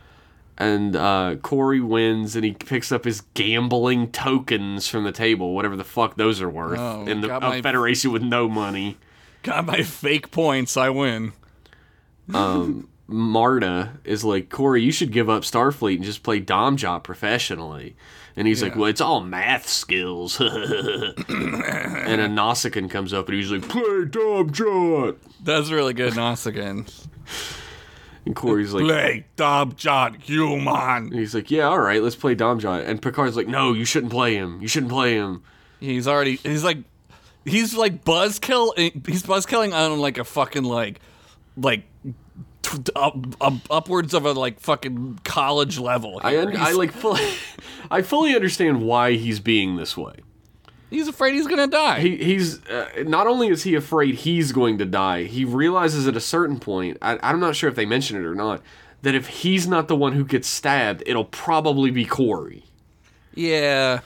Speaker 1: and uh, Corey wins, and he picks up his gambling tokens from the table, whatever the fuck those are worth,
Speaker 2: Oh,
Speaker 1: in the
Speaker 2: got
Speaker 1: a
Speaker 2: my-
Speaker 1: federation with no money.
Speaker 2: Got my fake points. I win.
Speaker 1: Marta is like, Corey, you should give up Starfleet and just play Dom Job professionally. And he's like,
Speaker 2: Yeah.
Speaker 1: Well, it's all math skills. and a Nausicaan comes up, and he's like, Play Dom Job.
Speaker 2: That's really good, Nossigan.
Speaker 1: And Corey's like,
Speaker 2: Play Dom John Human.
Speaker 1: and He's like, yeah, all right, let's play Dom Jot. And Picard's like, no, you shouldn't play him. You shouldn't play him.
Speaker 2: He's already. He's like. He's like buzzkill. He's buzzkilling on like a fucking like, like, t- up, up, upwards of a like fucking college level.
Speaker 1: I, un- I like fully, I fully understand why he's being this way.
Speaker 2: he's afraid he's gonna die.
Speaker 1: He, he's uh, not only is he afraid he's going to die, he realizes at a certain point. I, I'm not sure if they mention it or not. That if he's not the one who gets stabbed, it'll probably be Corey.
Speaker 2: yeah.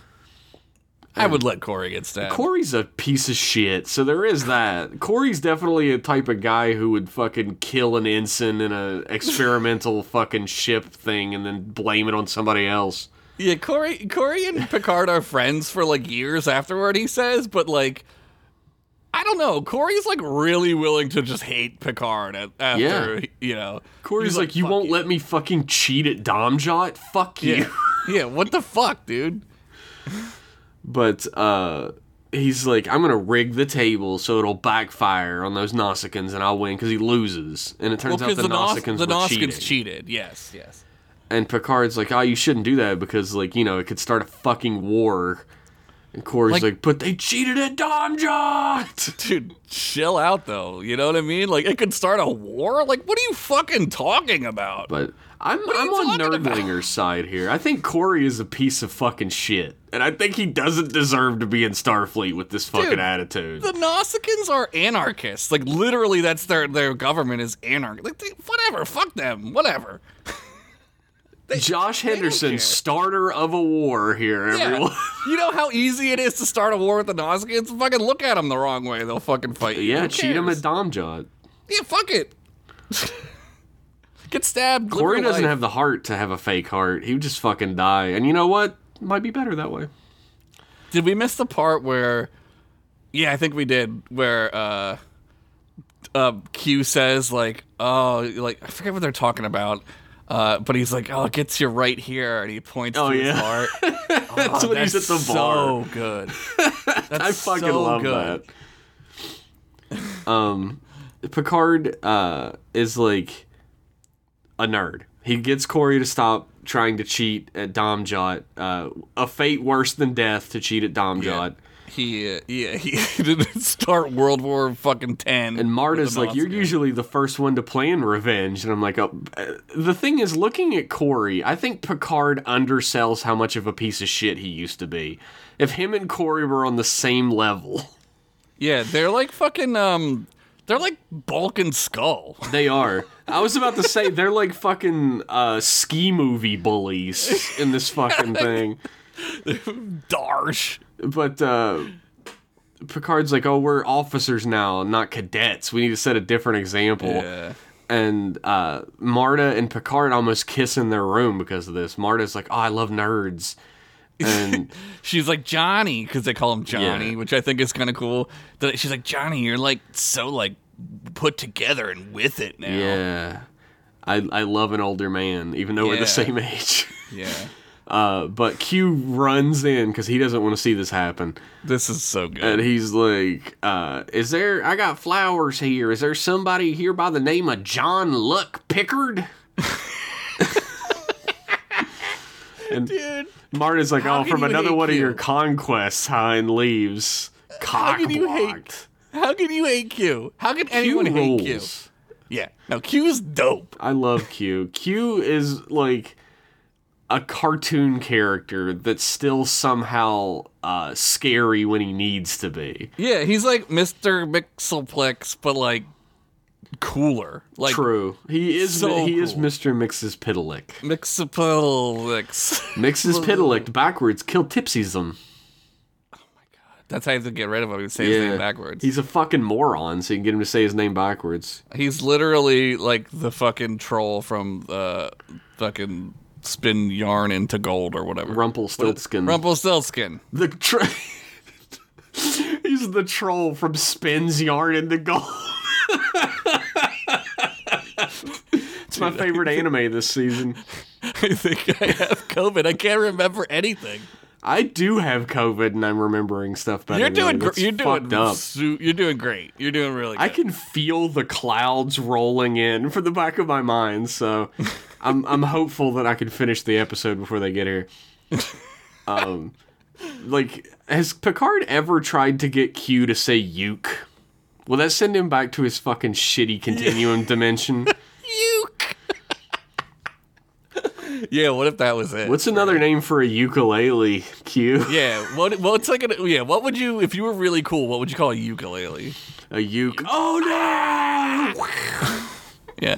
Speaker 2: I would let Corey get stabbed.
Speaker 1: Corey's a piece of shit, so there is that. Corey's definitely a type of guy who would fucking kill an ensign in a experimental fucking ship thing and then blame it on somebody else.
Speaker 2: Yeah, Corey, Corey and Picard are friends for like years afterward. He says, but like, I don't know. Corey's like really willing to just hate Picard at, after you know.
Speaker 1: Corey's
Speaker 2: He's
Speaker 1: like, you
Speaker 2: "Fuck
Speaker 1: won't let me fucking cheat at Domjot? Fuck you.
Speaker 2: Yeah. yeah, what the fuck, dude?
Speaker 1: But uh he's like, I'm gonna rig the table so it'll backfire on those Nausicaans and I'll win because he loses. And it turns
Speaker 2: Well,
Speaker 1: out
Speaker 2: because
Speaker 1: the,
Speaker 2: the, Nos-
Speaker 1: Nausicaans
Speaker 2: the
Speaker 1: were
Speaker 2: Nausicaans
Speaker 1: cheating.
Speaker 2: cheated. Yes, yes.
Speaker 1: and Picard's like, oh, you shouldn't do that because like you know it could start a fucking war. And Corey's like,
Speaker 2: Like-
Speaker 1: but they cheated at Domjot.
Speaker 2: Dude, chill out though. You know what I mean? Like, it could start a war. Like, what are you fucking talking about?
Speaker 1: But I'm I'm
Speaker 2: you
Speaker 1: on
Speaker 2: talking about?
Speaker 1: Nerdlinger's side here. I think Corey is a piece of fucking shit, and I think he doesn't deserve to be in Starfleet with this fucking
Speaker 2: Dude,
Speaker 1: attitude.
Speaker 2: the Nausicaans are anarchists. Like literally, that's their their government is anarch. Like they, whatever, fuck them, whatever.
Speaker 1: Josh Henderson,
Speaker 2: care.
Speaker 1: starter of a war here, everyone.
Speaker 2: you know how easy it is to start a war with the Nausicaans? Fucking look at them the wrong way, they'll fucking fight you.
Speaker 1: Yeah,
Speaker 2: Who
Speaker 1: cheat him at
Speaker 2: cares?
Speaker 1: Domjot.
Speaker 2: Yeah, fuck it. Get stabbed. live
Speaker 1: Corey
Speaker 2: your
Speaker 1: doesn't
Speaker 2: life.
Speaker 1: have the heart to have a fake heart. He would just fucking die. And you know what? Might be better that way.
Speaker 2: Did we miss the part where? Yeah, I think we did. Where uh, uh, Q says like, "Oh, like I forget what they're talking about," uh, but he's like, "Oh, it gets you right here," and he points
Speaker 1: Oh,
Speaker 2: to
Speaker 1: yeah.
Speaker 2: his heart.
Speaker 1: That's
Speaker 2: Oh,
Speaker 1: when he's at
Speaker 2: that's
Speaker 1: the bar.
Speaker 2: So good.
Speaker 1: I fucking
Speaker 2: so
Speaker 1: love
Speaker 2: good.
Speaker 1: that. Um, Picard uh, is like a nerd. He gets Corey to stop trying to cheat at Domjot. Uh, a fate worse than death to cheat at Domjot.
Speaker 2: He uh, yeah he didn't start World War fucking ten.
Speaker 1: And
Speaker 2: with
Speaker 1: Marta's
Speaker 2: the
Speaker 1: like, you're
Speaker 2: Nazis."
Speaker 1: usually the first one to plan revenge. And I'm like, oh. uh, the thing is, looking at Corey, I think Picard undersells how much of a piece of shit he used to be. If him and Corey were on the same level,
Speaker 2: yeah they're like fucking um they're like Bulk and Skull.
Speaker 1: they are. I was about to say, they're like fucking uh, ski movie bullies in this fucking thing.
Speaker 2: Darsh.
Speaker 1: But uh, Picard's like, oh, we're officers now, not cadets. We need to set a different example.
Speaker 2: Yeah.
Speaker 1: and uh, Marta and Picard almost kiss in their room because of this. Marta's like, "Oh, I love nerds," and
Speaker 2: She's like Johnny because they call him Johnny,
Speaker 1: Yeah.
Speaker 2: which I think is kind of cool. That- She's like Johnny, you're like so like put together and with it now.
Speaker 1: yeah, I I love an older man, even though we're
Speaker 2: Yeah.
Speaker 1: the same age.
Speaker 2: Yeah.
Speaker 1: Uh, but Q runs in because he doesn't want to see this happen,
Speaker 2: This is so good.
Speaker 1: and he's like, uh, "Is there? I got flowers here. Is there somebody here by the name of John Luck Pickard?" and
Speaker 2: Dude,
Speaker 1: Marta's like,
Speaker 2: How
Speaker 1: oh,
Speaker 2: can
Speaker 1: from
Speaker 2: you
Speaker 1: another
Speaker 2: hate
Speaker 1: one of
Speaker 2: Q?
Speaker 1: your conquests, huh? And leaves. Cock
Speaker 2: can you hate
Speaker 1: blocked.
Speaker 2: how can you hate Q? How can
Speaker 1: Q
Speaker 2: anyone hate Q?
Speaker 1: rules.
Speaker 2: Yeah. No, Q is dope.
Speaker 1: I love Q. Q is like a cartoon character that's still somehow uh, scary when he needs to be.
Speaker 2: Yeah, he's like Mr. Mixelplex, but like cooler. Like
Speaker 1: True. He is
Speaker 2: so
Speaker 1: he is
Speaker 2: cool.
Speaker 1: Mr. Mixes Piddalick.
Speaker 2: Mixelplex.
Speaker 1: Mixes Piddalick backwards, kill tipsies them.
Speaker 2: That's how you have to get rid of him. You say his
Speaker 1: Yeah.
Speaker 2: name backwards.
Speaker 1: He's a fucking moron, so you can get him to say his name backwards.
Speaker 2: He's literally like the fucking troll from the fucking spin yarn into gold or whatever.
Speaker 1: Rumpelstiltskin.
Speaker 2: Rumpelstiltskin.
Speaker 1: The tr- He's the troll from Spins Yarn in the Gold. it's my favorite anime this season.
Speaker 2: I think I have COVID. I can't remember anything.
Speaker 1: I do have COVID and I'm remembering stuff better.
Speaker 2: You're
Speaker 1: now.
Speaker 2: doing gr-
Speaker 1: That's
Speaker 2: you're doing
Speaker 1: fucked up.
Speaker 2: su- you're doing great. You're doing really good.
Speaker 1: I can feel the clouds rolling in from the back of my mind, so I'm I'm hopeful that I can finish the episode before they get here. Um, like, has Picard ever tried to get Q to say "uke"? Will that send him back to his fucking shitty continuum dimension?
Speaker 2: yeah, what if that was it?
Speaker 1: What's another name for a ukulele? Q,
Speaker 2: yeah, what what's like an, yeah, what would you if you were really cool, what would you call a ukulele?
Speaker 1: a uke. Oh no!
Speaker 2: Yeah.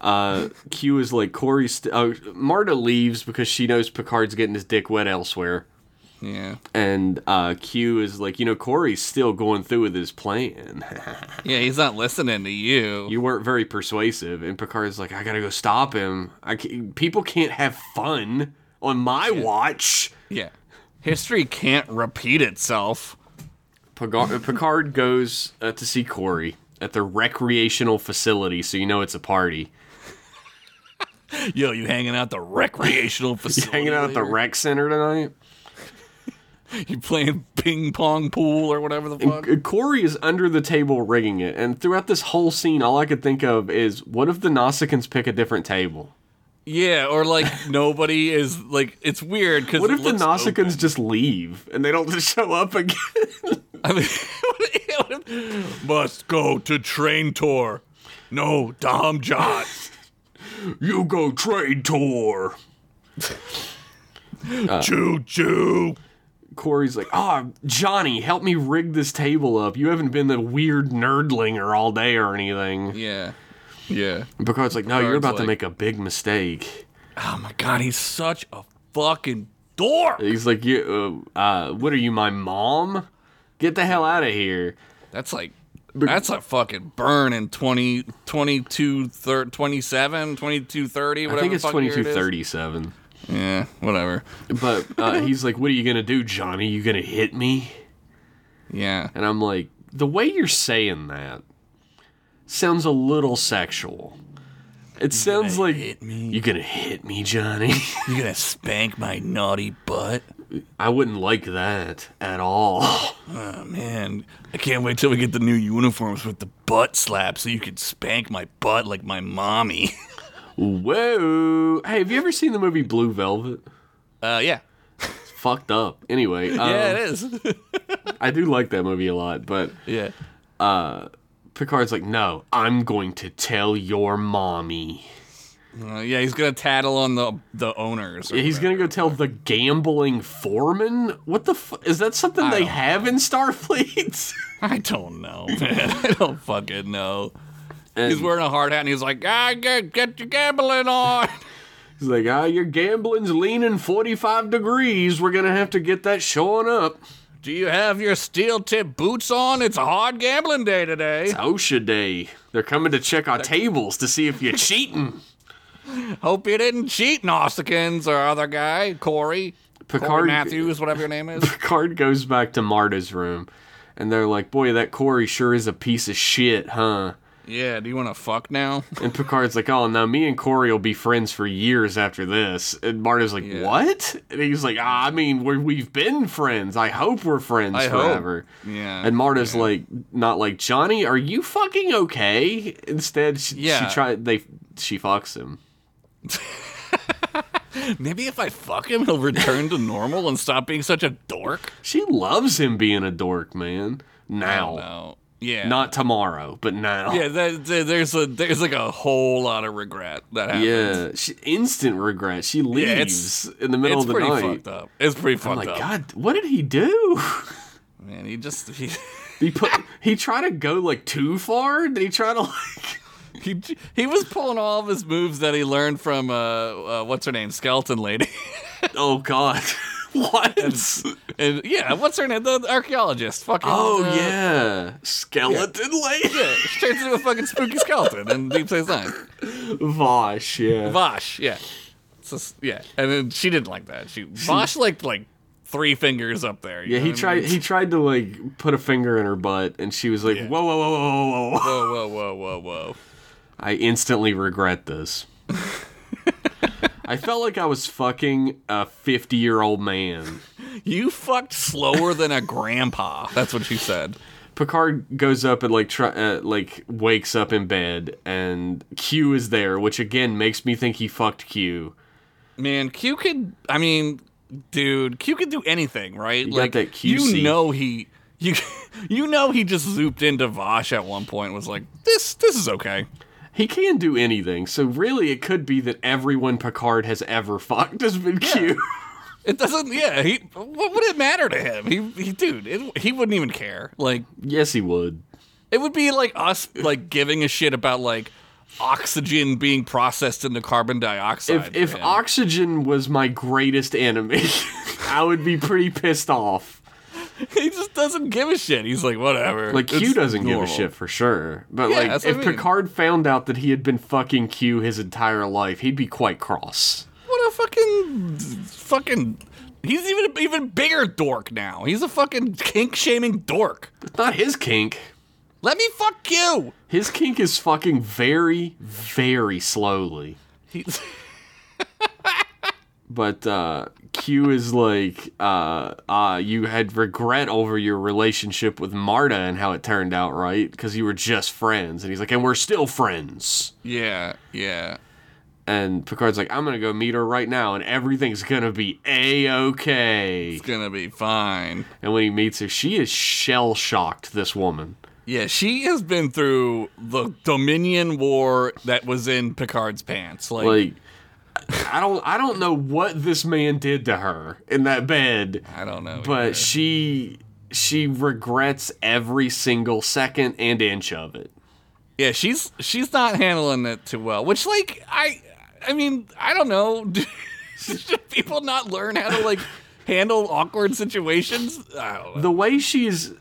Speaker 1: Uh, Q is like Corey. St- oh, Marta leaves because she knows Picard's getting his dick wet elsewhere.
Speaker 2: Yeah.
Speaker 1: and uh, Q is like, you know, Corey's still going through with his plan.
Speaker 2: Yeah, he's not listening to you.
Speaker 1: you weren't very persuasive, and Picard's like, I gotta go stop him. I can't, people can't have fun on my watch.
Speaker 2: yeah. History can't repeat itself.
Speaker 1: Picard, uh, Picard goes uh, to see Corey at the recreational facility, so you know it's a party.
Speaker 2: Yo, you hanging out the recreational facility?
Speaker 1: Hanging out at the
Speaker 2: later?
Speaker 1: rec center tonight.
Speaker 2: You playing ping pong pool or whatever the fuck?
Speaker 1: C- Corey is under the table rigging it, and throughout this whole scene, all I could think of is, what if the Nausicaans pick a different table?
Speaker 2: Yeah, or like nobody is like it's weird because
Speaker 1: What if the Nausicaans just leave and they don't just show up again?
Speaker 2: I mean, what if- must go to train tour? No, Dom John.
Speaker 1: You go trade tour. Uh.
Speaker 2: Choo choo.
Speaker 1: Corey's like, ah, Johnny, help me rig this table up. You haven't been the weird nerdlinger all day or anything.
Speaker 2: Yeah, yeah.
Speaker 1: And Picard's like, no, you're
Speaker 2: Picard's
Speaker 1: about to
Speaker 2: like-
Speaker 1: make a big mistake.
Speaker 2: Oh my god, he's such a fucking dork.
Speaker 1: He's like, you, uh, uh, what are you, my mom? Get the hell out of here.
Speaker 2: That's like. That's a fucking burn in 20, 22, thir- 27, 22, 30, whatever
Speaker 1: I think
Speaker 2: the
Speaker 1: it's
Speaker 2: fuck year it is.
Speaker 1: 2237.
Speaker 2: Yeah, whatever.
Speaker 1: But uh, he's like, what are you going to do, Johnny? You going to hit me?
Speaker 2: Yeah.
Speaker 1: And I'm like, the way you're saying that sounds a little sexual. It sounds like you gonna hit me, Johnny.
Speaker 2: You're gonna spank my naughty butt?
Speaker 1: I wouldn't like that at all.
Speaker 2: Oh man, I can't wait till we get the new uniforms with the butt slap so you can spank my butt like my mommy.
Speaker 1: Whoa! Hey, have you ever seen the movie Blue Velvet?
Speaker 2: Uh, yeah.
Speaker 1: fucked up. Anyway, um,
Speaker 2: yeah, it is.
Speaker 1: I do like that movie a lot, but
Speaker 2: yeah.
Speaker 1: Picard's like, no, I'm going to tell your mommy.
Speaker 2: Uh, yeah, he's gonna tattle on the the owners. or
Speaker 1: He's gonna go tell the gambling foreman. What the fu- is that? Something they
Speaker 2: don't
Speaker 1: have in Starfleet?
Speaker 2: I don't know, man. I don't fucking know.
Speaker 1: And
Speaker 2: He's wearing a hard hat and he's like, ah, get, get your gambling on.
Speaker 1: he's like, ah, your gambling's leaning 45 degrees. We're gonna have to get that showing up.
Speaker 2: Do you have your steel tip boots on? It's a hard gambling day today.
Speaker 1: OSHA day. They're coming to check our tables to see if you're cheating.
Speaker 2: Hope you didn't cheat, Nausicaans or other guy, Corey. Corey
Speaker 1: Picard
Speaker 2: Matthews, whatever your name is.
Speaker 1: Picard goes back to Marta's room, and they're like, boy, that Corey sure is a piece of shit, huh?
Speaker 2: yeah, do you want to fuck now?
Speaker 1: And Picard's like, oh, no, me and Corey will be friends for years after this. And Marta's like, what? And he's like, ah, I mean, we're, we've been friends. I hope we're friends
Speaker 2: I hope.
Speaker 1: forever.
Speaker 2: Yeah.
Speaker 1: And Marta's like, not like, Johnny, are you fucking okay? Instead, she,
Speaker 2: Yeah.
Speaker 1: she tried, they, she fucks him.
Speaker 2: Maybe if I fuck him, he'll return to normal and stop being such a dork.
Speaker 1: She loves him being a dork, man. Now.
Speaker 2: No. Yeah.
Speaker 1: Not tomorrow, but now.
Speaker 2: Yeah, that, there- there's a there's like a whole lot of regret that happens.
Speaker 1: Yeah, she, instant regret. She
Speaker 2: it's-
Speaker 1: leaves in the middle
Speaker 2: it's
Speaker 1: of the
Speaker 2: pretty
Speaker 1: night.
Speaker 2: fucked up. It's pretty fucked
Speaker 1: I'm like,
Speaker 2: up.
Speaker 1: God, what did he do?
Speaker 2: Man, he just he,
Speaker 1: He put he tried to go like too far. Did he try to like?
Speaker 2: he he was pulling all of his moves that he learned from uh, uh what's her name, skeleton lady,
Speaker 1: Oh God, what?
Speaker 2: and yeah, what's her name, the archaeologist, fucking.
Speaker 1: oh
Speaker 2: uh,
Speaker 1: yeah, skeleton
Speaker 2: yeah, she turns into a fucking spooky skeleton in Deep Space Nine.
Speaker 1: lady. Vosh, yeah.
Speaker 2: Vosh, yeah, It's just- yeah, and then she didn't like that. She Vosh liked like three fingers up there. you
Speaker 1: yeah,
Speaker 2: know
Speaker 1: he
Speaker 2: what I
Speaker 1: tried.
Speaker 2: mean?
Speaker 1: He tried to like put a finger in her butt, and she was like,
Speaker 2: Yeah.
Speaker 1: "Whoa, whoa, whoa, whoa, whoa, whoa!"
Speaker 2: Whoa, whoa, whoa, whoa, whoa.
Speaker 1: I instantly regret this. I felt like I was fucking a fifty-year-old man.
Speaker 2: You fucked slower than a grandpa. That's what she said.
Speaker 1: Picard goes up and like try, uh, like wakes up in bed, and Q is there, which again makes me think he fucked Q.
Speaker 2: Man, Q could. I mean, dude, Q could do anything, right?
Speaker 1: got that QC.
Speaker 2: you know he. You, you know he just zooped into Vosh at one point and was like this this is okay.
Speaker 1: He can do anything, so really it could be that everyone Picard has ever fucked has been Q.
Speaker 2: It doesn't yeah he what would it matter to him he, he dude it, he wouldn't even care like
Speaker 1: yes, he would.
Speaker 2: It would be like us like giving a shit about like oxygen being processed into carbon dioxide.
Speaker 1: If if
Speaker 2: man.
Speaker 1: oxygen was my greatest enemy, I would be pretty pissed off.
Speaker 2: he just doesn't give a shit. He's like whatever.
Speaker 1: Like Q
Speaker 2: It's
Speaker 1: doesn't give
Speaker 2: normal.
Speaker 1: a shit for sure, but
Speaker 2: Yeah,
Speaker 1: like
Speaker 2: that's
Speaker 1: if
Speaker 2: what I mean.
Speaker 1: Picard found out that he had been fucking Q his entire life, he'd be quite cross.
Speaker 2: What a fucking fucking. He's even a even bigger dork now. He's a fucking kink shaming dork.
Speaker 1: It's not his kink.
Speaker 2: Let me fuck you.
Speaker 1: His kink is fucking very, very slowly.
Speaker 2: He's
Speaker 1: But uh, Q is like, uh, uh, you had regret over your relationship with Marta and how it turned out, right? Because you were just friends. And he's like, and we're still friends.
Speaker 2: yeah yeah.
Speaker 1: And Picard's like, I'm going to go meet her right now and everything's going to be A OK.
Speaker 2: It's gonna be fine.
Speaker 1: And when he meets her, she is shell shocked, this woman.
Speaker 2: Yeah, she has been through the Dominion War that was in Picard's pants.
Speaker 1: Like, I don't, I don't know what this man did to her in that bed.
Speaker 2: I don't know. either.
Speaker 1: but she she regrets every single second and inch of it.
Speaker 2: Yeah, she's she's not handling it too well. Which, like, I I mean, I don't know. Should people not learn how to like handle awkward situations? I don't know.
Speaker 1: The way she's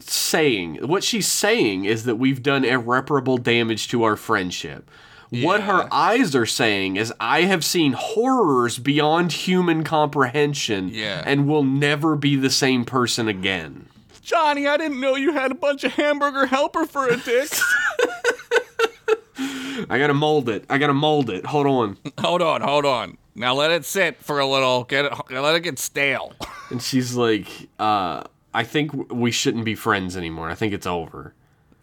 Speaker 1: saying what she's saying is that we've done irreparable damage to our friendship. What her eyes are saying is I have seen horrors beyond human comprehension
Speaker 2: Yeah.
Speaker 1: and will never be the same person again.
Speaker 2: Johnny, I didn't know you had a bunch of hamburger helper for a dick.
Speaker 1: I gotta mold it. I gotta mold it. Hold on.
Speaker 2: hold on, hold on. Now let it sit for a little. Get it. Let it get stale.
Speaker 1: And she's like, uh, I think w- we shouldn't be friends anymore. I think it's over.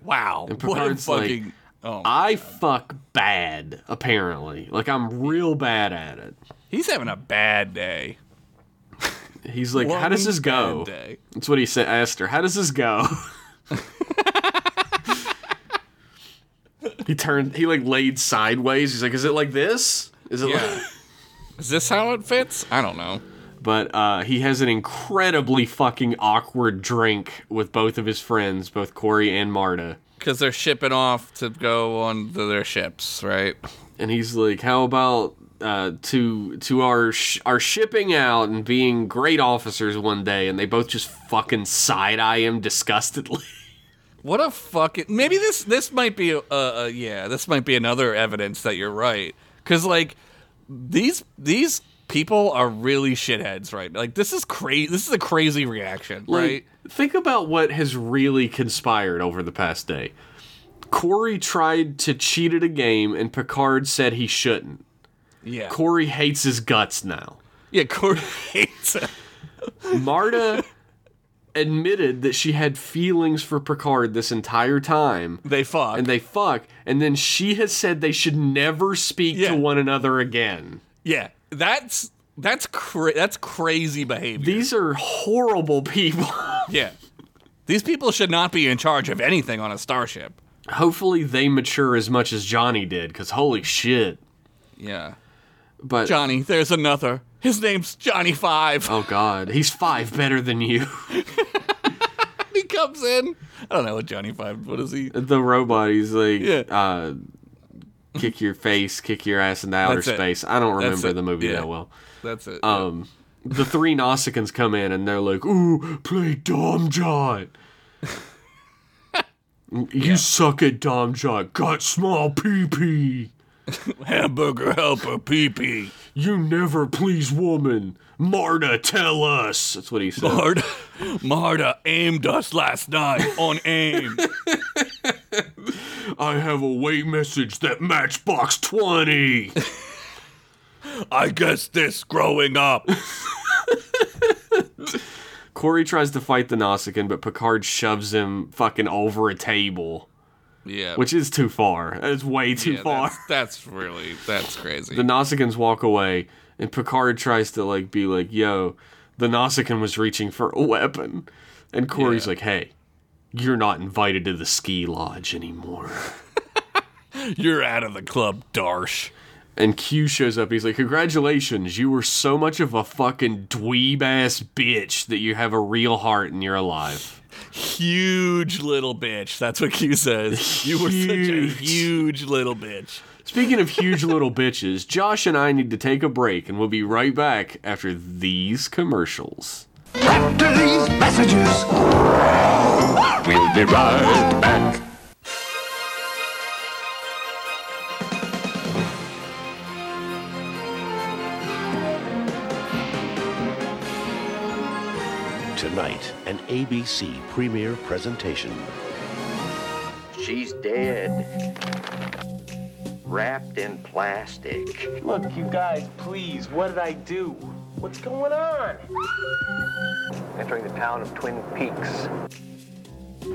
Speaker 2: Wow. What a
Speaker 1: Picard's like,
Speaker 2: fucking. oh,
Speaker 1: I fuck bad, apparently. Like I'm real bad at it.
Speaker 2: he's having a bad day.
Speaker 1: He's like, "How does this
Speaker 2: Welcome
Speaker 1: go?"
Speaker 2: to Bad Day.
Speaker 1: That's what he said. Asked her, "How does this go?" he turned. He like laid sideways. He's like, "Is it like this? Is it?" Like?
Speaker 2: Yeah. Is this how it fits? I don't know.
Speaker 1: But uh, he has an incredibly fucking awkward drink with both of his friends, both Corey and Marta.
Speaker 2: Because they're shipping off to go on to their ships, right?
Speaker 1: and he's like, "How about uh, to to our sh- our shipping out and being great officers one day?" And they both just fucking side eye him disgustedly.
Speaker 2: What a fucking maybe this this might be uh, uh yeah this might be another evidence that you're right because like these these people are really shitheads right like this is crazy this is a crazy reaction
Speaker 1: Like,
Speaker 2: right
Speaker 1: Think about what has really conspired over the past day. Corey tried to cheat at a game, and Picard said he shouldn't.
Speaker 2: yeah
Speaker 1: Corey hates his guts now.
Speaker 2: yeah Corey hates it.
Speaker 1: Marta admitted that she had feelings for Picard this entire time.
Speaker 2: they fuck
Speaker 1: and they fuck, and then she has said they should never speak
Speaker 2: Yeah.
Speaker 1: to one another again.
Speaker 2: yeah that's that's cra- that's crazy behavior
Speaker 1: These are horrible people.
Speaker 2: yeah these people should not be in charge of anything on a starship
Speaker 1: Hopefully, they mature as much as Johnny did, because holy shit.
Speaker 2: yeah
Speaker 1: But
Speaker 2: Johnny there's another his name's Johnny Five.
Speaker 1: oh god, he's five better than you.
Speaker 2: he comes in. I don't know what Johnny Five. What is he?
Speaker 1: the robot, he's like,
Speaker 2: Yeah.
Speaker 1: uh, kick your face, kick your ass into outer
Speaker 2: That's it.
Speaker 1: space. I don't remember
Speaker 2: it.
Speaker 1: the movie
Speaker 2: Yeah.
Speaker 1: that well.
Speaker 2: That's it.
Speaker 1: Um, the three Nausicaans come in and they're like, "Ooh, play Dom John. you suck at Dom John. Got small pee pee.
Speaker 2: Hamburger helper pee pee.
Speaker 1: You never please woman. Marta, tell us. That's what he said.
Speaker 2: Marta, Marta aimed us last night on aim.
Speaker 1: I have a wait message that Matchbox Twenty.
Speaker 2: I guess this growing up.
Speaker 1: Corey tries to fight the Nausicaan, but Picard shoves him fucking over a table,
Speaker 2: Yeah.
Speaker 1: which is too far. It's way too
Speaker 2: yeah,
Speaker 1: far.
Speaker 2: That's, that's really that's crazy.
Speaker 1: the Nausicaans walk away, and Picard tries to like be like, "Yo, the Nausicaan was reaching for a weapon," and Corey's like, "Hey, you're not invited to the ski lodge anymore."
Speaker 2: You're out of the club, Darsh.
Speaker 1: And Q shows up. He's like, "Congratulations, you were so much of a fucking dweeb ass bitch that you have a real heart and you're alive."
Speaker 2: Huge little bitch. That's what Q says. You were
Speaker 1: Huge.
Speaker 2: such a huge little bitch.
Speaker 1: Speaking of huge little bitches, Josh and I need to take a break, and we'll be right back after these commercials.
Speaker 3: After these messages, we'll be right back.
Speaker 4: Tonight, an ABC premiere presentation.
Speaker 5: She's dead. Wrapped in plastic.
Speaker 6: Look, you guys, please, what did I do? What's going on?
Speaker 5: Entering the town of Twin Peaks.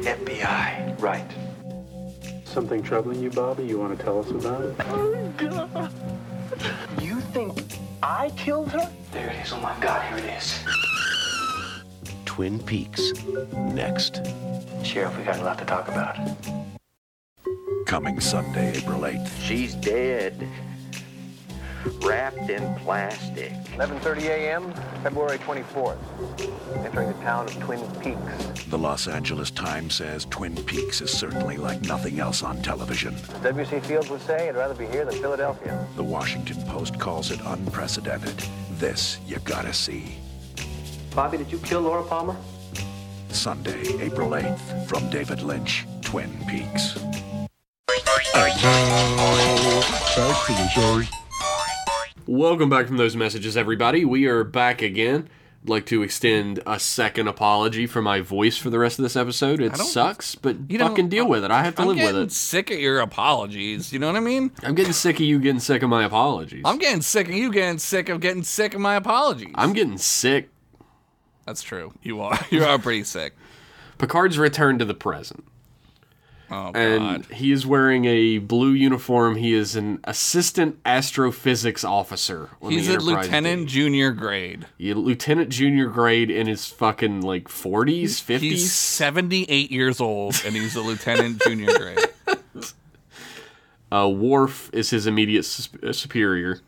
Speaker 5: FBI. Right.
Speaker 7: Something troubling you, Bobby? You want to tell us about it?
Speaker 6: You think I killed her?
Speaker 5: There it is. Oh my God, here it is.
Speaker 4: Twin Peaks. Next.
Speaker 5: Sheriff, we got a lot to talk about.
Speaker 3: Coming Sunday, April 8th.
Speaker 5: She's dead. Wrapped in plastic.
Speaker 8: 11:30 a.m., February 24th. Entering the town of Twin Peaks.
Speaker 3: The Los Angeles Times says Twin Peaks is certainly like nothing else on television.
Speaker 8: As W.C. Fields would say, I'd rather be here than Philadelphia.
Speaker 3: The Washington Post calls it unprecedented. This you gotta see.
Speaker 8: Bobby, did you kill Laura Palmer?
Speaker 3: Sunday, April 8th, from David Lynch, Twin Peaks.
Speaker 1: Welcome back from those messages, everybody. We are back again. I'd like to extend a second apology for my voice for the rest of this episode. It
Speaker 2: don't-
Speaker 1: sucks, but
Speaker 2: You don't-
Speaker 1: fucking deal with it. I have to
Speaker 2: I'm
Speaker 1: live
Speaker 2: getting
Speaker 1: with it.
Speaker 2: sick of your apologies. You know what I mean?
Speaker 1: I'm getting sick of you getting sick of my apologies.
Speaker 2: I'm getting sick of you getting sick of getting sick of my apologies.
Speaker 1: I'm getting sick.
Speaker 2: That's true. You are. You are pretty sick.
Speaker 1: Picard's return to the present.
Speaker 2: Oh,
Speaker 1: and
Speaker 2: God.
Speaker 1: he is wearing a blue uniform. He is an assistant astrophysics officer. on the
Speaker 2: He's a
Speaker 1: Enterprise
Speaker 2: lieutenant
Speaker 1: D.
Speaker 2: junior grade.
Speaker 1: Yeah, lieutenant junior grade in his fucking like 40s, 50s.
Speaker 2: He's 78 years old and he's a lieutenant junior grade.
Speaker 1: uh, Worf is his immediate sus- uh, superior.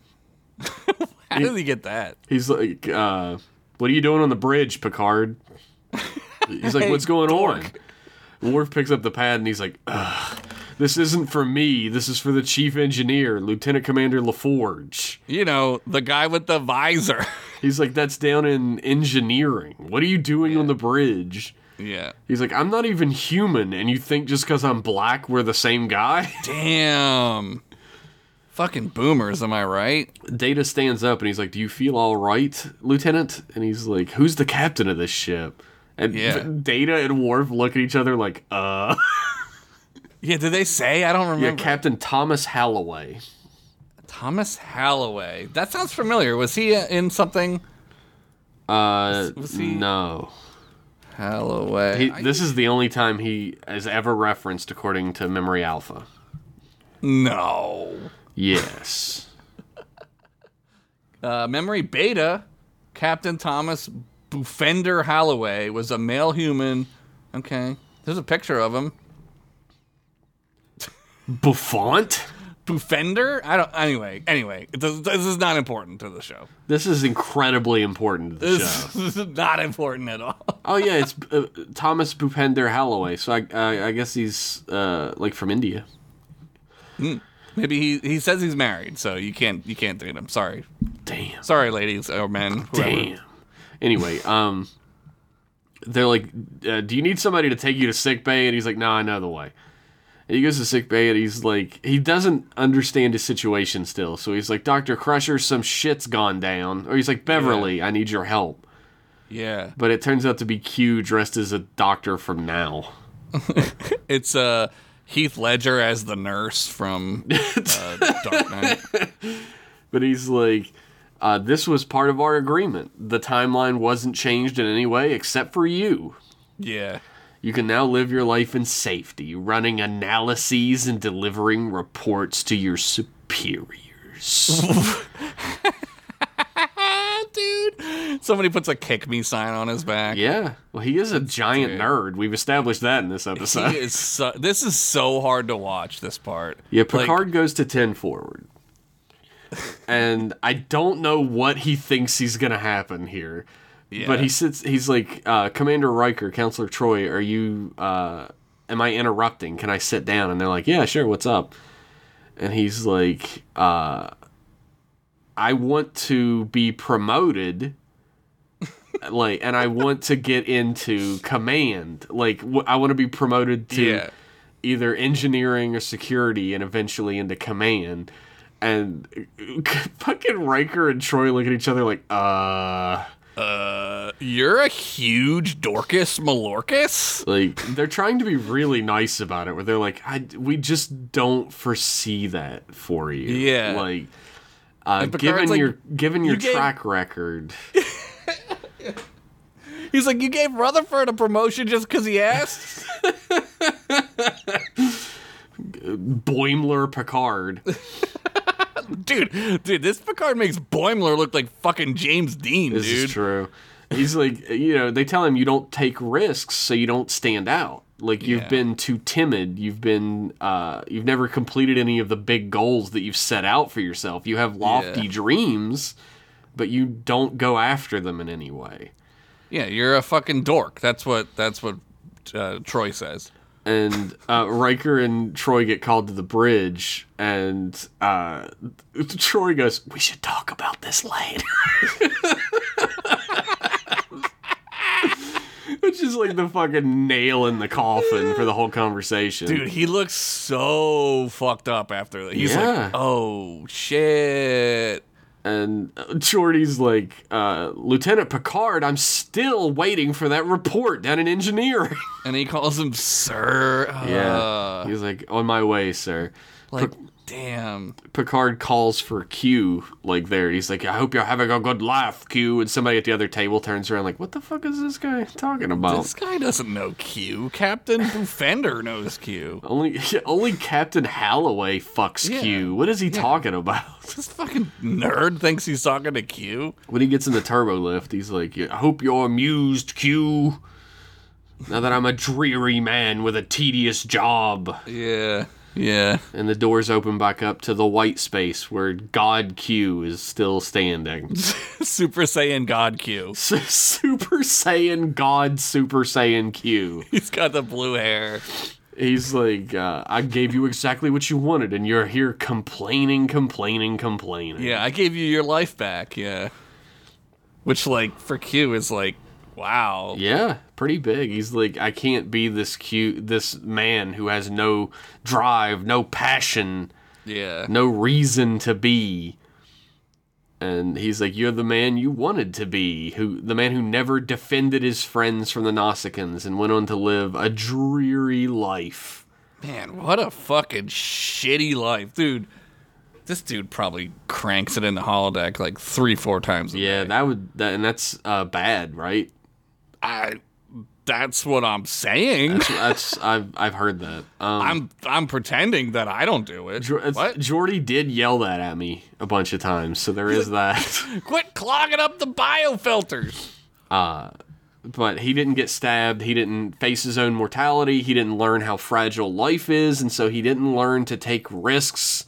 Speaker 2: How did he get that?
Speaker 1: He's like, uh, "What are you doing on the bridge, Picard?" He's like, "What's going on?" Worf picks up the pad and he's like, Ugh, "This isn't for me. This is for the chief engineer, Lieutenant Commander LaForge."
Speaker 2: You know, the guy with the visor.
Speaker 1: He's like, "That's down in engineering. What are you doing on the bridge?"
Speaker 2: yeah.
Speaker 1: He's like, "I'm not even human, and you think just because I'm black we're the same guy?"
Speaker 2: Damn. Fucking boomers, am I right?
Speaker 1: Data stands up and he's like, "Do you feel all right, Lieutenant?" And he's like, "Who's the captain of this ship?" And
Speaker 2: Yeah.
Speaker 1: Data and Worf look at each other like, "Uh."
Speaker 2: Yeah, did they say? I don't
Speaker 1: Yeah,
Speaker 2: remember.
Speaker 1: Captain Thomas Halloway.
Speaker 2: Thomas Halloway. That sounds familiar. Was he uh, in something?
Speaker 1: Uh,
Speaker 2: was he-
Speaker 1: no. He,
Speaker 2: Halloway.
Speaker 1: this is the only time he is ever referenced, according to Memory Alpha.
Speaker 2: no.
Speaker 1: Yes.
Speaker 2: Uh, memory Beta, Captain Thomas Bufender Halloway was a male human. Okay. There's a picture of him.
Speaker 1: Buffont.
Speaker 2: Bufender? I don't. Anyway, anyway, it does, this is not important to the show.
Speaker 1: This is incredibly important to the show.
Speaker 2: This is not important at all.
Speaker 1: Oh yeah, it's uh, Thomas Bupender Halloway. So I, I, I guess he's uh like from India.
Speaker 2: Maybe he, he says he's married, so you can't you can't date him. Sorry,
Speaker 1: Damn.
Speaker 2: sorry, ladies or men. whoever.
Speaker 1: Damn. Anyway, um, they're like, uh, "Do you need somebody to take you to sick bay?" And he's like, "No, I know the way." And he goes to sick bay, and he's like, he doesn't understand his situation still, so he's like, "Doctor Crusher, some shit's gone down," or he's like, "Beverly, I need your help."
Speaker 2: Yeah,
Speaker 1: But it turns out to be Q dressed as a doctor from now.
Speaker 2: it's uh Heath Ledger as the nurse from uh, Dark Knight.
Speaker 1: But he's like, uh, "This was part of our agreement. The timeline wasn't changed in any way except for you."
Speaker 2: Yeah,
Speaker 1: You can now live your life in safety, running analyses and delivering reports to your superiors.
Speaker 2: ah, dude. Somebody puts a kick me sign on his back.
Speaker 1: yeah. Well, he is a giant nerd. We've established that in this episode.
Speaker 2: He is so, this is so hard to watch. This part.
Speaker 1: Yeah,
Speaker 2: Like,
Speaker 1: Picard goes to 10 forward. and I don't know what he thinks he's going to happen here. But he sits, he's like, uh, Commander Riker, Counselor Troy, are you, uh, am I interrupting? Can I sit down? And they're like, yeah, sure, what's up? And he's like, uh, I want to be promoted. like, and I want to get into command. Like, wh- I want to be promoted to
Speaker 2: Yeah.
Speaker 1: either engineering or security and eventually into command. And fucking Riker and Troy look at each other like, uh,
Speaker 2: You're a huge Dorcas Malorcus?
Speaker 1: like they're trying to be really nice about it, where they're like, I, we just don't foresee that for you.
Speaker 2: Yeah.
Speaker 1: Like, uh,
Speaker 2: Picard's
Speaker 1: given
Speaker 2: like,
Speaker 1: your given your
Speaker 2: "You gave-
Speaker 1: track record,
Speaker 2: He's like, you gave Rutherford a promotion just because he asked?
Speaker 1: Boimler Picard.
Speaker 2: dude, dude, this Picard makes Boimler look like fucking James Dean,
Speaker 1: This
Speaker 2: dude.
Speaker 1: is true. He's like, you know, they tell him you don't take risks, so you don't stand out. Like you've
Speaker 2: Yeah.
Speaker 1: been too timid. You've been, uh, you've never completed any of the big goals that you've set out for yourself. You have lofty
Speaker 2: Yeah.
Speaker 1: dreams, but you don't go after them in any way.
Speaker 2: Yeah, you're a fucking dork. That's what that's what uh, Troy says.
Speaker 1: and uh, Riker and Troy get called to the bridge, and uh, Troy goes, "We should talk about this later," which is like the fucking nail in the coffin for the whole conversation.
Speaker 2: Dude, he looks so fucked up after that. He's
Speaker 1: Yeah.
Speaker 2: like, oh shit.
Speaker 1: And uh, Geordi's like, uh, "Lieutenant Picard, I'm still waiting for that report down in engineering."
Speaker 2: And he calls him sir. Uh,
Speaker 1: Yeah, he's like, "On my way, sir."
Speaker 2: Like, Damn.
Speaker 1: Picard calls for Q, like there. He's like, I hope you're having a good laugh, Q. And somebody at the other table turns around, like, what the fuck is this guy talking about?
Speaker 2: This guy doesn't know Q. Captain Bufender knows Q.
Speaker 1: Only, only Captain Halloway fucks
Speaker 2: Yeah.
Speaker 1: Q. What is he talking about?
Speaker 2: This fucking nerd thinks he's talking to Q.
Speaker 1: When he gets in the turbo lift, he's like, I hope you're amused, Q. Now that I'm a dreary man with a tedious job.
Speaker 2: Yeah. Yeah.
Speaker 1: And the doors open back up to the white space where God Q is still standing.
Speaker 2: Super Saiyan God Q.
Speaker 1: Super Saiyan God Super Saiyan Q.
Speaker 2: He's got the blue hair.
Speaker 1: He's like, uh, I gave you exactly what you wanted, and you're here complaining, complaining, complaining.
Speaker 2: Yeah, I gave you your life back. Yeah. Which, like, for Q is like, wow.
Speaker 1: Yeah, pretty big. He's like, I can't be this cute, this man who has no drive, no passion,
Speaker 2: Yeah.
Speaker 1: no reason to be. And he's like, You're the man you wanted to be, who the man who never defended his friends from the Nausicaans and went on to live a dreary life.
Speaker 2: Man, what a fucking shitty life, dude. This dude probably cranks it in the holodeck like three, four times a
Speaker 1: Yeah,
Speaker 2: day.
Speaker 1: that would that, and that's uh, bad, right?
Speaker 2: I, that's what I'm saying.
Speaker 1: That's, that's I've I've heard that. Um,
Speaker 2: I'm I'm pretending that I don't do it.
Speaker 1: Jo- it's-
Speaker 2: What?
Speaker 1: uh, Jordy did yell that at me a bunch of times, so there is that.
Speaker 2: Quit clogging up the biofilters.
Speaker 1: but he didn't get stabbed. He didn't face his own mortality. He didn't learn how fragile life is, and so he didn't learn to take risks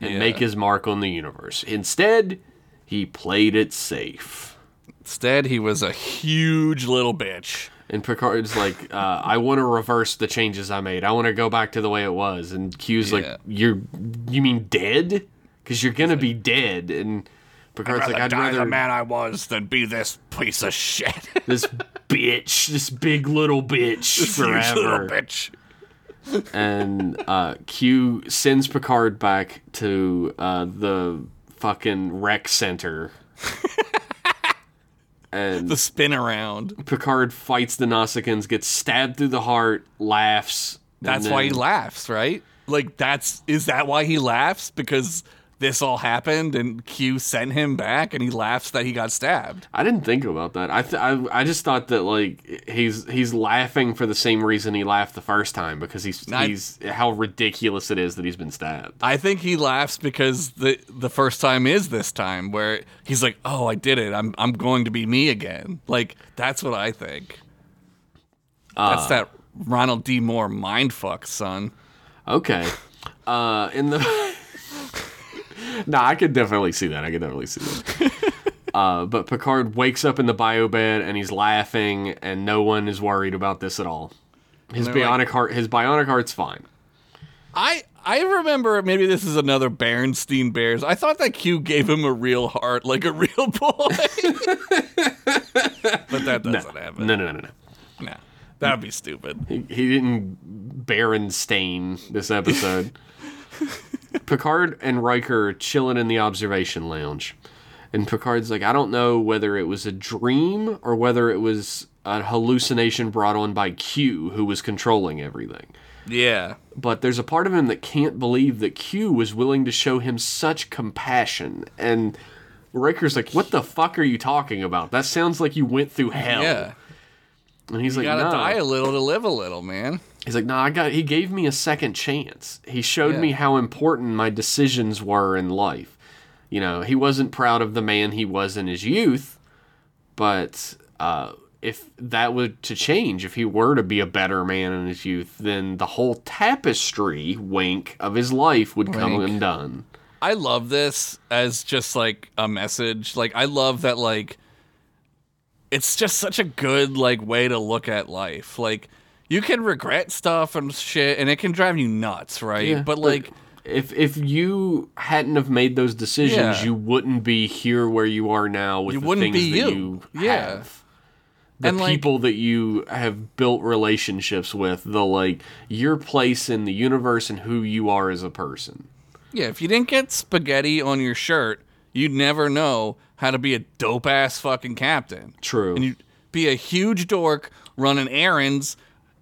Speaker 1: and
Speaker 2: Yeah.
Speaker 1: make his mark on the universe. Instead, he played it safe.
Speaker 2: Instead, he was a huge little bitch.
Speaker 1: And Picard's like, uh, I want to reverse the changes I made. I want to go back to the way it was. And Q's
Speaker 2: Yeah.
Speaker 1: like, you you mean dead? Because you're gonna be dead. And Picard's like, I'd
Speaker 2: die
Speaker 1: rather
Speaker 2: the man I was than be this piece of shit.
Speaker 1: this bitch, this big little bitch
Speaker 2: This huge little
Speaker 1: forever.
Speaker 2: bitch.
Speaker 1: and uh, Q sends Picard back to uh, the fucking rec center. and
Speaker 2: The spin around.
Speaker 1: Picard fights the Nausicaans, gets stabbed through the heart, laughs. and
Speaker 2: That's why he
Speaker 1: then-
Speaker 2: laughs, right? Like that's is that why he laughs because this all happened and Q sent him back and he laughs that he got stabbed.
Speaker 1: I didn't think about that. I, th- I I just thought that like he's he's laughing for the same reason he laughed the first time because he's
Speaker 2: I-
Speaker 1: he's how ridiculous it is that he's been stabbed.
Speaker 2: I think he laughs because the the first time is this time where he's like, "Oh, I did it. I'm I'm going to be me again." Like that's what I think. that's that Ronald D. Moore mindfuck, son.
Speaker 1: Okay. Uh, in the. no, I could definitely see that. I could definitely see that. Uh, but Picard wakes up in the bio bed and he's laughing, and no one is worried about this at all. His
Speaker 2: they're
Speaker 1: bionic
Speaker 2: like-
Speaker 1: heart, his bionic heart's fine.
Speaker 2: I I remember maybe this is another Bernstein Bears. I thought that Q gave him a real heart, like a real boy. but that doesn't happen.
Speaker 1: No, no, no, no, no.
Speaker 2: Nah, that'd be stupid.
Speaker 1: He, he didn't Berenstain this episode. Picard and Riker are chilling in the observation lounge. And Picard's like, I don't know whether it was a dream or whether it was a hallucination brought on by Q, who was controlling everything.
Speaker 2: Yeah.
Speaker 1: But there's a part of him that can't believe that Q was willing to show him such compassion. And Riker's like, What the fuck are you talking about? That sounds like you went through hell.
Speaker 2: Yeah.
Speaker 1: And he's like,
Speaker 2: Gotta
Speaker 1: "No."
Speaker 2: die a little to live a little, man.
Speaker 1: He's like, no, I got. He gave me a second chance. He showed
Speaker 2: Yeah.
Speaker 1: me how important my decisions were in life. You know, he wasn't proud of the man he was in his youth, but uh, if that were to change, if he were to be a better man in his youth, then the whole tapestry wink of his life would come
Speaker 2: Wink.
Speaker 1: undone.
Speaker 2: I love this as just like a message. Like I love that like it's just such a good like way to look at life. Like you can regret stuff and shit and it can drive you nuts, right? but like
Speaker 1: if if you hadn't have made those decisions,
Speaker 2: Yeah.
Speaker 1: you wouldn't be here where you are now with
Speaker 2: You
Speaker 1: the
Speaker 2: wouldn't
Speaker 1: things
Speaker 2: be
Speaker 1: that
Speaker 2: you.
Speaker 1: you,
Speaker 2: Yeah.
Speaker 1: have. The
Speaker 2: And, like-
Speaker 1: people that you have built relationships with, the like your place in the universe and who you are as a person.
Speaker 2: yeah, if you didn't get spaghetti on your shirt, you'd never know how to be a dope ass fucking captain.
Speaker 1: True.
Speaker 2: And you'd be a huge dork running errands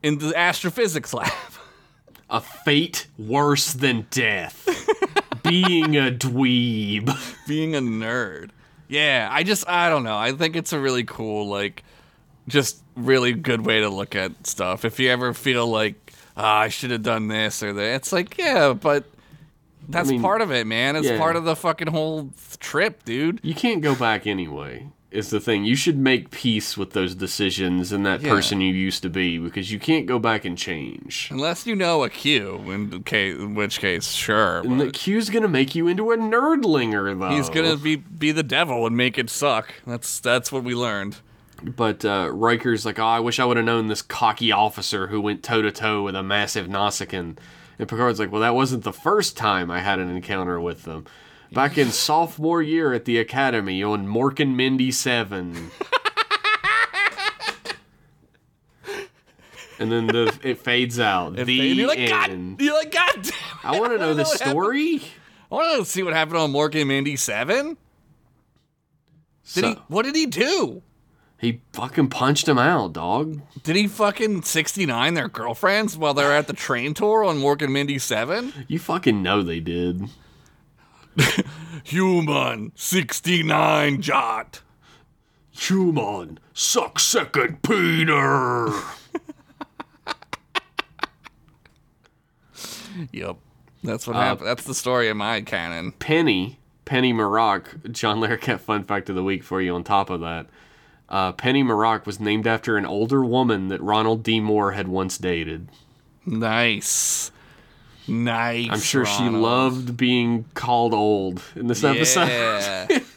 Speaker 2: in the astrophysics lab.
Speaker 1: a fate worse than death. being a dweeb.
Speaker 2: being a nerd. Yeah, I just I don't know. I think it's a really cool like just really good way to look at stuff. If you ever feel like ah, I should have done this or that, it's like yeah, but that's
Speaker 1: mean,
Speaker 2: part of it, man. It's
Speaker 1: yeah.
Speaker 2: part of the fucking whole trip, dude.
Speaker 1: You can't go back anyway. Is the thing you should make peace with those decisions and that
Speaker 2: Yeah.
Speaker 1: person you used to be because you can't go back and change.
Speaker 2: Unless you know a cue, in, ca- in which case, sure.
Speaker 1: And the
Speaker 2: but
Speaker 1: Q's gonna make you into a nerdlinger though.
Speaker 2: he's gonna be be the devil and make it suck. That's that's what we learned.
Speaker 1: But uh, Riker's like, oh, I wish I would have known this cocky officer who went toe to toe with a massive Nausicaan. And Picard's like, well, that wasn't the first time I had an encounter with them. Back in sophomore year at the academy on Mork and Mindy 7. and then the, it fades out.
Speaker 2: If
Speaker 1: the
Speaker 2: they- and you're like,
Speaker 1: end.
Speaker 2: God, you're like, God. Damn it,
Speaker 1: I want to know
Speaker 2: wanna
Speaker 1: the
Speaker 2: what happened."
Speaker 1: story.
Speaker 2: I want to see what happened on Mork and Mandy Seven. Did
Speaker 1: So,
Speaker 2: he? What did he do?
Speaker 1: he fucking punched him out, dog.
Speaker 2: Did he fucking sixty nine their girlfriends while they're at the train tour on Mork and Mindy Seven?
Speaker 1: You fucking know they did.
Speaker 2: Human sixty nine Jot.
Speaker 1: Human, suck second Peter.
Speaker 2: Yep, that's
Speaker 1: Uh,
Speaker 2: what happened. That's the story of my canon.
Speaker 1: Penny, Penny Maroc, John Larroquette fun fact of the week for you on top of that. Uh, Penny Maroc was named after an older woman that Ronald D. Moore had once dated.
Speaker 2: Nice, nice.
Speaker 1: I'm sure she
Speaker 2: Ronald.
Speaker 1: loved being called old in this episode.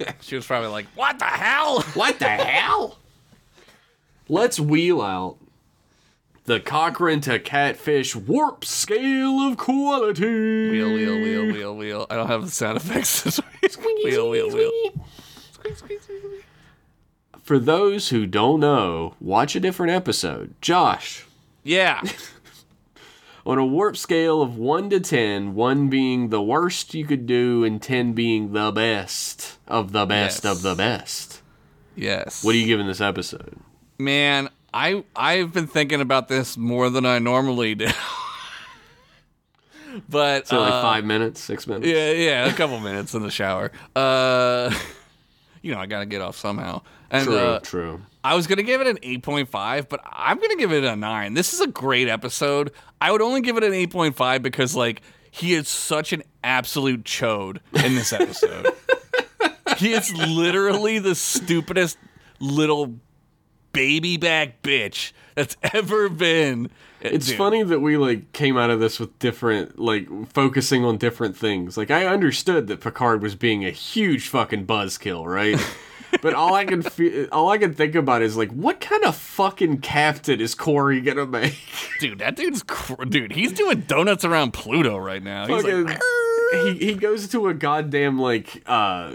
Speaker 2: Yeah. she was probably like, "What the hell?"
Speaker 1: What the hell? Let's wheel out the Cochrane to Catfish Warp Scale of Quality.
Speaker 2: Wheel, wheel, wheel, wheel, wheel. I don't have the sound effects this week. Wheel, wheel, wheel.
Speaker 1: For those who don't know, watch a different episode. Josh,
Speaker 2: Yeah.
Speaker 1: on a warp scale of 1 to 10, 1 being the worst you could do and 10 being the best of the best
Speaker 2: Yes.
Speaker 1: of the best.
Speaker 2: Yes.
Speaker 1: What are you giving this episode?
Speaker 2: Man, I I've been thinking about this more than I normally do. but
Speaker 1: So like
Speaker 2: uh,
Speaker 1: 5 minutes, 6 minutes?
Speaker 2: yeah, yeah, a couple minutes in the shower. Uh, you know, I gotta get off somehow. And
Speaker 1: True,
Speaker 2: uh,
Speaker 1: true.
Speaker 2: I was gonna give it an 8.5, but I'm gonna give it a nine. This is a great episode. I would only give it an 8.5 because like he is such an absolute chode in this episode. he is literally the stupidest little baby back bitch that's ever been.
Speaker 1: It's
Speaker 2: Dude,
Speaker 1: funny that we like came out of this with different like focusing on different things. Like I understood that Picard was being a huge fucking buzzkill, right? but all I can fe- all I can think about is like what kind of fucking captain is Corey going to make?
Speaker 2: dude. That dude's cr- dude. He's doing donuts around Pluto right now. He's like,
Speaker 1: Fucking- he he goes to a goddamn like uh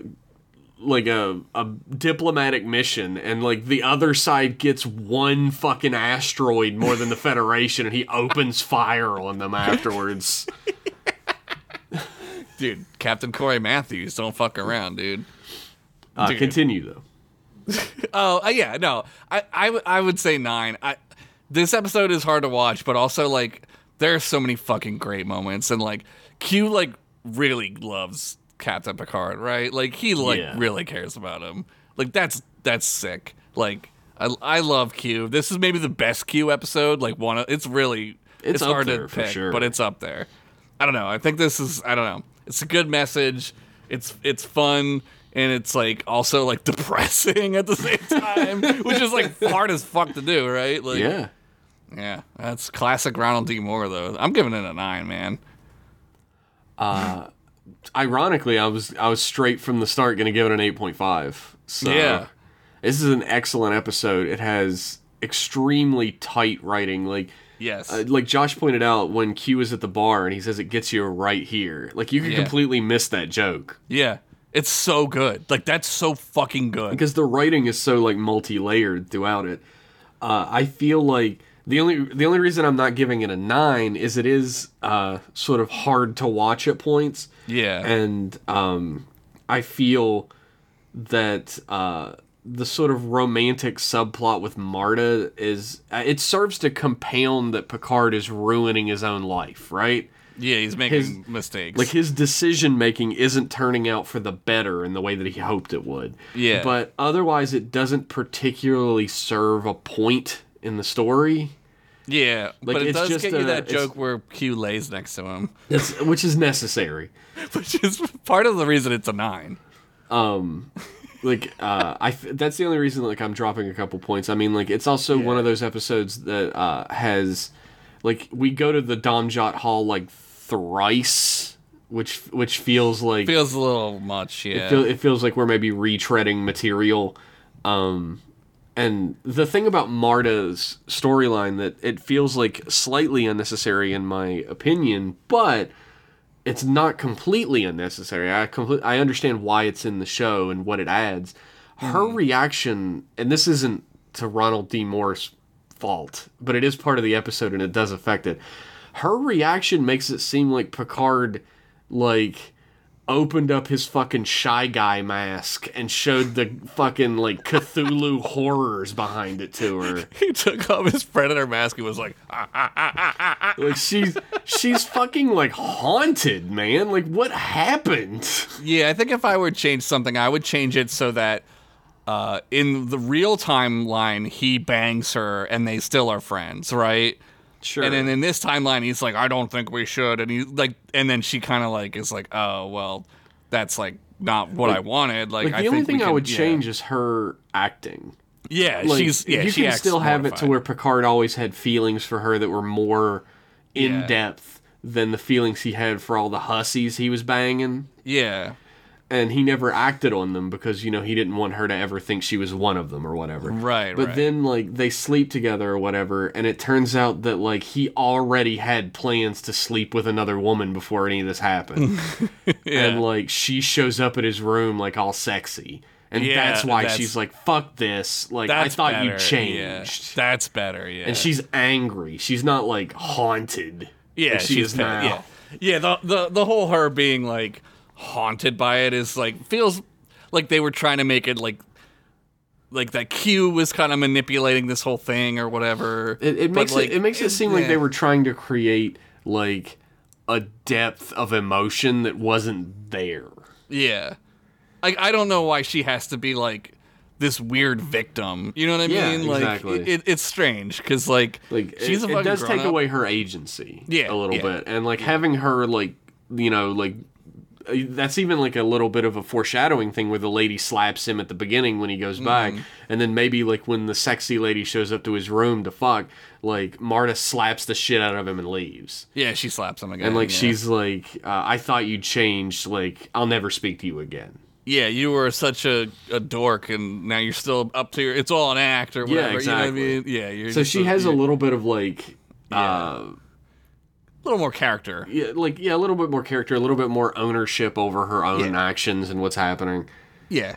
Speaker 1: like a a diplomatic mission and like the other side gets one fucking asteroid more than the Federation and he opens fire on them afterwards.
Speaker 2: dude, Captain Corey Matthews, don't fuck around, dude.
Speaker 1: Uh,
Speaker 2: Dude.
Speaker 1: continue though.
Speaker 2: Oh uh, yeah, no, I, I w- I would say nine. I this episode is hard to watch, but also like there are so many fucking great moments, and like Q like really loves Captain Picard, right? Like he like
Speaker 1: Yeah.
Speaker 2: really cares about him. Like that's that's sick. Like I I love Q. This is maybe the best Q episode. Like one, of, it's really
Speaker 1: It's
Speaker 2: it's,
Speaker 1: up
Speaker 2: hard
Speaker 1: there
Speaker 2: to
Speaker 1: for
Speaker 2: pick,
Speaker 1: sure.
Speaker 2: but it's up there. I don't know. I think this is I don't know. It's a good message. It's it's fun and it's like also like depressing at the same time, which is like hard as fuck to do, right? Like
Speaker 1: Yeah.
Speaker 2: yeah. That's classic Ronald D. Moore though. I'm giving it a 9, man.
Speaker 1: Ironically, I was I was straight from the start going to give it an 8.5. So
Speaker 2: Yeah.
Speaker 1: This is an excellent episode. It has extremely tight writing like
Speaker 2: Yes.
Speaker 1: uh, like Josh pointed out when Q is at the bar and he says it gets you right here. Like you could
Speaker 2: Yeah.
Speaker 1: completely miss that joke
Speaker 2: yeah. It's so good. Like that's so fucking good.
Speaker 1: because the writing is so like multi-layered throughout it. Uh, I feel like the only the only reason I'm not giving it a 9 is it is uh, sort of hard to watch at points.
Speaker 2: Yeah.
Speaker 1: and um, I feel that uh, the sort of romantic subplot with Marta is uh, it serves to compound that Picard is ruining his own life, right?
Speaker 2: Yeah, he's making
Speaker 1: His-
Speaker 2: mistakes.
Speaker 1: Like his decision making isn't turning out for the better in the way that he hoped it would.
Speaker 2: Yeah.
Speaker 1: But otherwise, it doesn't particularly serve a point in the story.
Speaker 2: yeah,
Speaker 1: like,
Speaker 2: but it
Speaker 1: it's
Speaker 2: does
Speaker 1: just
Speaker 2: get you
Speaker 1: a-
Speaker 2: that
Speaker 1: it's-
Speaker 2: joke where Q lays next to him,
Speaker 1: It's, which is necessary.
Speaker 2: which is part of the reason it's a nine.
Speaker 1: like uh i f- that's the only reason like i'm dropping a couple points i mean like it's also one of those episodes that uh has like we go to the domjot hall like thrice which which feels like
Speaker 2: Feels a little much. Yeah,
Speaker 1: it, feel, it feels like we're maybe retreading material um and the thing about marta's storyline that it feels like slightly unnecessary in my opinion but it's not completely unnecessary i complete, i understand why it's in the show and what it adds her reaction and this isn't to ronald d moore's fault but it is part of the episode and it does affect it her reaction makes it seem like picard like opened up his fucking shy guy mask and showed the fucking like Cthulhu horrors behind it to her.
Speaker 2: he took off his predator mask and was like, ah,
Speaker 1: Like she's she's fucking like haunted, man. Like what happened?
Speaker 2: Yeah, I think if I were to change something, I would change it so that uh, in the real timeline, he bangs her and they still are friends, right?
Speaker 1: Sure.
Speaker 2: And then in this timeline, he's like, I don't think we should. And he like, and then she kind of like is like, oh well, that's like not what I wanted. Like,
Speaker 1: like the
Speaker 2: I
Speaker 1: only
Speaker 2: think we
Speaker 1: thing I
Speaker 2: can-
Speaker 1: would
Speaker 2: yeah.
Speaker 1: change is her acting.
Speaker 2: Yeah,
Speaker 1: Like,
Speaker 2: she's yeah,
Speaker 1: you
Speaker 2: she
Speaker 1: can
Speaker 2: acts
Speaker 1: still have it to
Speaker 2: mortified.
Speaker 1: where Picard always had feelings for her that were more in
Speaker 2: Yeah.
Speaker 1: depth than the feelings he had for all the hussies he was banging.
Speaker 2: yeah,
Speaker 1: and he never acted on them because you know he didn't want her to ever think she was one of them or whatever.
Speaker 2: Right,
Speaker 1: But
Speaker 2: right.
Speaker 1: then like they sleep together or whatever, and it turns out that like he already had plans to sleep with another woman before any of this happened, and like she shows up at his room like all sexy, and
Speaker 2: Yeah,
Speaker 1: that's why
Speaker 2: that's-
Speaker 1: she's like, "Fuck this!" Like I
Speaker 2: that's
Speaker 1: thought you
Speaker 2: better, yeah.
Speaker 1: changed.
Speaker 2: That's better. Yeah,
Speaker 1: and she's angry. She's not like haunted.
Speaker 2: Yeah,
Speaker 1: like she
Speaker 2: she's
Speaker 1: is
Speaker 2: pa-
Speaker 1: now.
Speaker 2: Yeah, yeah. The, the the whole her being like haunted by it is like feels like they were trying to make it like like that Q was kind of manipulating this whole thing or whatever.
Speaker 1: It, it
Speaker 2: But,
Speaker 1: makes
Speaker 2: like,
Speaker 1: it, it makes it seem like
Speaker 2: yeah.
Speaker 1: they were trying to create like a depth of emotion that wasn't there.
Speaker 2: yeah. Like I don't know why she has to be like this weird victim. You know what I
Speaker 1: Yeah,
Speaker 2: mean? Like
Speaker 1: exactly.
Speaker 2: it, it's strange because like
Speaker 1: Like
Speaker 2: she's
Speaker 1: it,
Speaker 2: a fucking
Speaker 1: it does take
Speaker 2: grown-up.
Speaker 1: away her agency
Speaker 2: Yeah,
Speaker 1: a little
Speaker 2: yeah.
Speaker 1: bit, and like having her like you know like uh, that's even like a little bit of a foreshadowing thing where the lady slaps him at the beginning when he goes back
Speaker 2: Mm-hmm.
Speaker 1: and then maybe like when the sexy lady shows up to his room to fuck like marta slaps the shit out of him and leaves
Speaker 2: Yeah, she slaps him again.
Speaker 1: and like
Speaker 2: yeah.
Speaker 1: she's like uh, i thought you changed like i'll never speak to you again
Speaker 2: yeah, you were such a, a dork, and now you're still up to your. It's all an act or whatever. You know what I
Speaker 1: exactly.
Speaker 2: mean? Yeah, you're.
Speaker 1: So
Speaker 2: just
Speaker 1: she has a
Speaker 2: you're-
Speaker 1: little bit of like, uh,
Speaker 2: little more character.
Speaker 1: yeah, like yeah, a little bit more character, a little bit more ownership over her own
Speaker 2: Yeah.
Speaker 1: actions and what's happening.
Speaker 2: Yeah.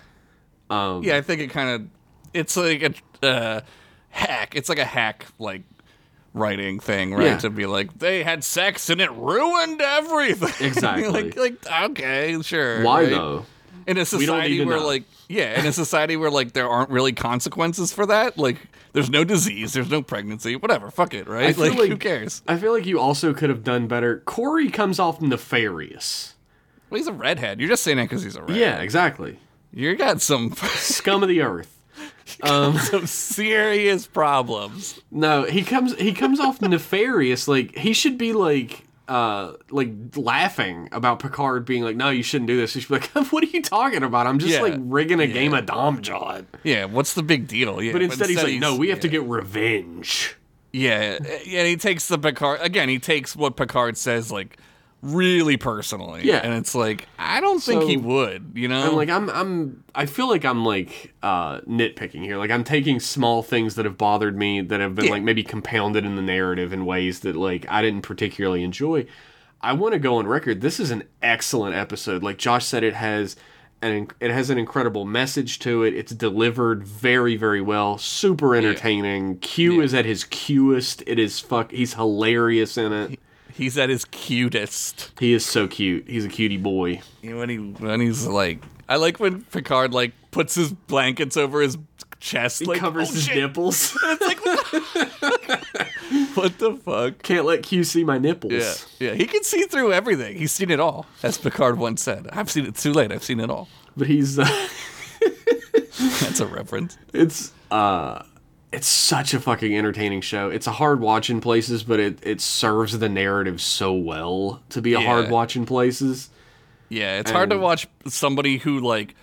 Speaker 1: um,
Speaker 2: yeah, I think it kind of. It's like a uh, hack. It's like a hack like writing thing, right?
Speaker 1: Yeah.
Speaker 2: To be like they had sex and it ruined everything.
Speaker 1: Exactly.
Speaker 2: like like okay, sure.
Speaker 1: Why
Speaker 2: right?
Speaker 1: though?
Speaker 2: In a
Speaker 1: don't need
Speaker 2: society
Speaker 1: to
Speaker 2: where
Speaker 1: know.
Speaker 2: like yeah, in a society where like there aren't really consequences for that. Like there's no disease, there's no pregnancy, whatever. Fuck it, right?
Speaker 1: feel
Speaker 2: who
Speaker 1: like-
Speaker 2: cares?
Speaker 1: I feel like you also could have done better. Corey comes off nefarious.
Speaker 2: Well, he's a redhead. You're just saying that because he's a redhead.
Speaker 1: Yeah, exactly.
Speaker 2: You got some
Speaker 1: Scum of the earth. Um,
Speaker 2: some serious problems.
Speaker 1: No, he comes he comes off nefarious. Like he should be like uh like laughing about Picard being like, No, you shouldn't do this. He should be like, What are you talking about? I'm just
Speaker 2: Yeah.
Speaker 1: like rigging a game of Domjot.
Speaker 2: Yeah, what's the big deal? Yeah,
Speaker 1: But instead he's like, No, we have to get revenge.
Speaker 2: Yeah, yeah, and he takes the Picard again. He takes what Picard says like really personally.
Speaker 1: Yeah.
Speaker 2: and it's like I don't think he
Speaker 1: So-
Speaker 2: would. You know,
Speaker 1: I'm like I'm I'm I feel like I'm like uh nitpicking here. Like I'm taking small things that have bothered me that have been
Speaker 2: Yeah.
Speaker 1: like maybe compounded in the narrative in ways that like I didn't particularly enjoy. I want to go on record. This is an excellent episode. Like Josh said it has an it has an incredible message to it. It's delivered very very well. Super entertaining. Q is at his cutest. It is fuck he's hilarious in it.
Speaker 2: He's at his cutest.
Speaker 1: He is so cute. He's a cutie boy.
Speaker 2: When he when he's like, I like when Picard like puts his blankets over his chest, like
Speaker 1: Covers
Speaker 2: oh,
Speaker 1: his
Speaker 2: shit.
Speaker 1: nipples.
Speaker 2: What the fuck?
Speaker 1: Can't let Q see my nipples.
Speaker 2: Yeah, yeah. He can see through everything. He's seen it all, as Picard once said. I've seen it too late. I've seen it all.
Speaker 1: But he's uh,
Speaker 2: That's a reference.
Speaker 1: it's uh it's such a fucking entertaining show. It's a hard watch in places, but it it serves the narrative so well to be a hard
Speaker 2: Yeah.
Speaker 1: watch in places.
Speaker 2: Yeah, it's hard to
Speaker 1: And-
Speaker 2: watch somebody who like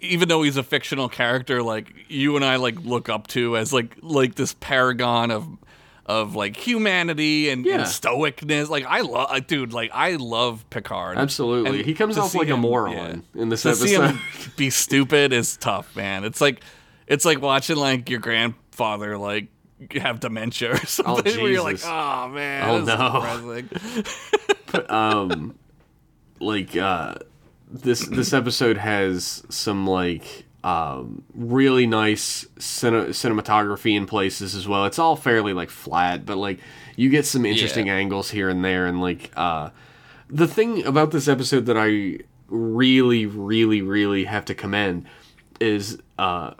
Speaker 2: even though he's a fictional character like you and I like look up to as like like this paragon of of like humanity and, and
Speaker 1: Yeah.
Speaker 2: stoicness. Like I love dude, like I love Picard.
Speaker 1: Absolutely.
Speaker 2: And
Speaker 1: He comes
Speaker 2: to
Speaker 1: off
Speaker 2: see
Speaker 1: like a
Speaker 2: him-
Speaker 1: moron
Speaker 2: yeah.
Speaker 1: in this
Speaker 2: to see
Speaker 1: episode.
Speaker 2: him be stupid is tough, man. It's like it's like watching like your grandfather like have dementia or something where you're
Speaker 1: Oh,
Speaker 2: like,
Speaker 1: Jesus.
Speaker 2: oh man,
Speaker 1: Oh,
Speaker 2: this is
Speaker 1: no.
Speaker 2: depressing."
Speaker 1: like uh this this episode has some like um really nice cine- cinematography in places as well it's all fairly like flat but like you get some interesting angles here and there and like uh the thing about this episode that i really really really have to commend is uh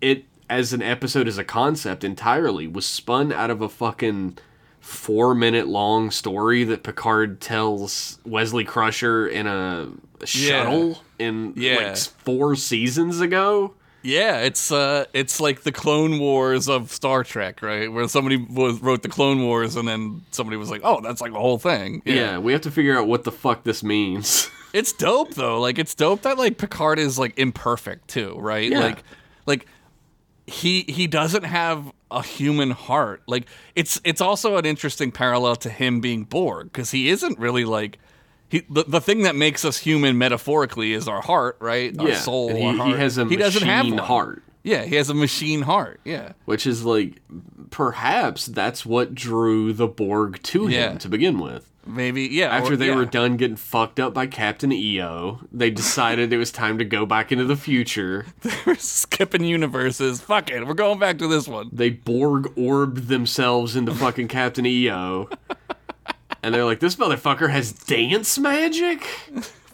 Speaker 1: it as an episode as a concept entirely was spun out of a fucking four minute long story that Picard tells Wesley Crusher in a shuttle in like
Speaker 2: Yeah.
Speaker 1: s- four seasons ago.
Speaker 2: Yeah, it's uh, it's like the Clone Wars of Star Trek, right? Where somebody was, wrote the Clone Wars, and then somebody was like, "Oh, that's like the whole thing."
Speaker 1: Yeah. we have to figure out what the fuck this means.
Speaker 2: it's dope though. Like, it's dope that like Picard is like imperfect too, right?
Speaker 1: Yeah.
Speaker 2: Like, like he he doesn't have a human heart. Like, it's it's also an interesting parallel to him being Borg because he isn't really like. He, the, the thing that makes us human metaphorically is our heart, right? Our
Speaker 1: yeah,
Speaker 2: soul,
Speaker 1: and
Speaker 2: our
Speaker 1: he,
Speaker 2: heart.
Speaker 1: he has a
Speaker 2: he
Speaker 1: machine
Speaker 2: doesn't have one.
Speaker 1: heart,
Speaker 2: Yeah, he has a machine heart. Yeah.
Speaker 1: which is like perhaps that's what drew the Borg to
Speaker 2: Yeah.
Speaker 1: him to begin with.
Speaker 2: Maybe, yeah.
Speaker 1: After
Speaker 2: or-
Speaker 1: they
Speaker 2: yeah.
Speaker 1: were done getting fucked up by Captain EO, they decided it was time to go back into the future.
Speaker 2: We're skipping universes. Fuck it, we're going back to this one.
Speaker 1: They Borg orbed themselves into fucking Captain EO. And they're like, this motherfucker has dance magic?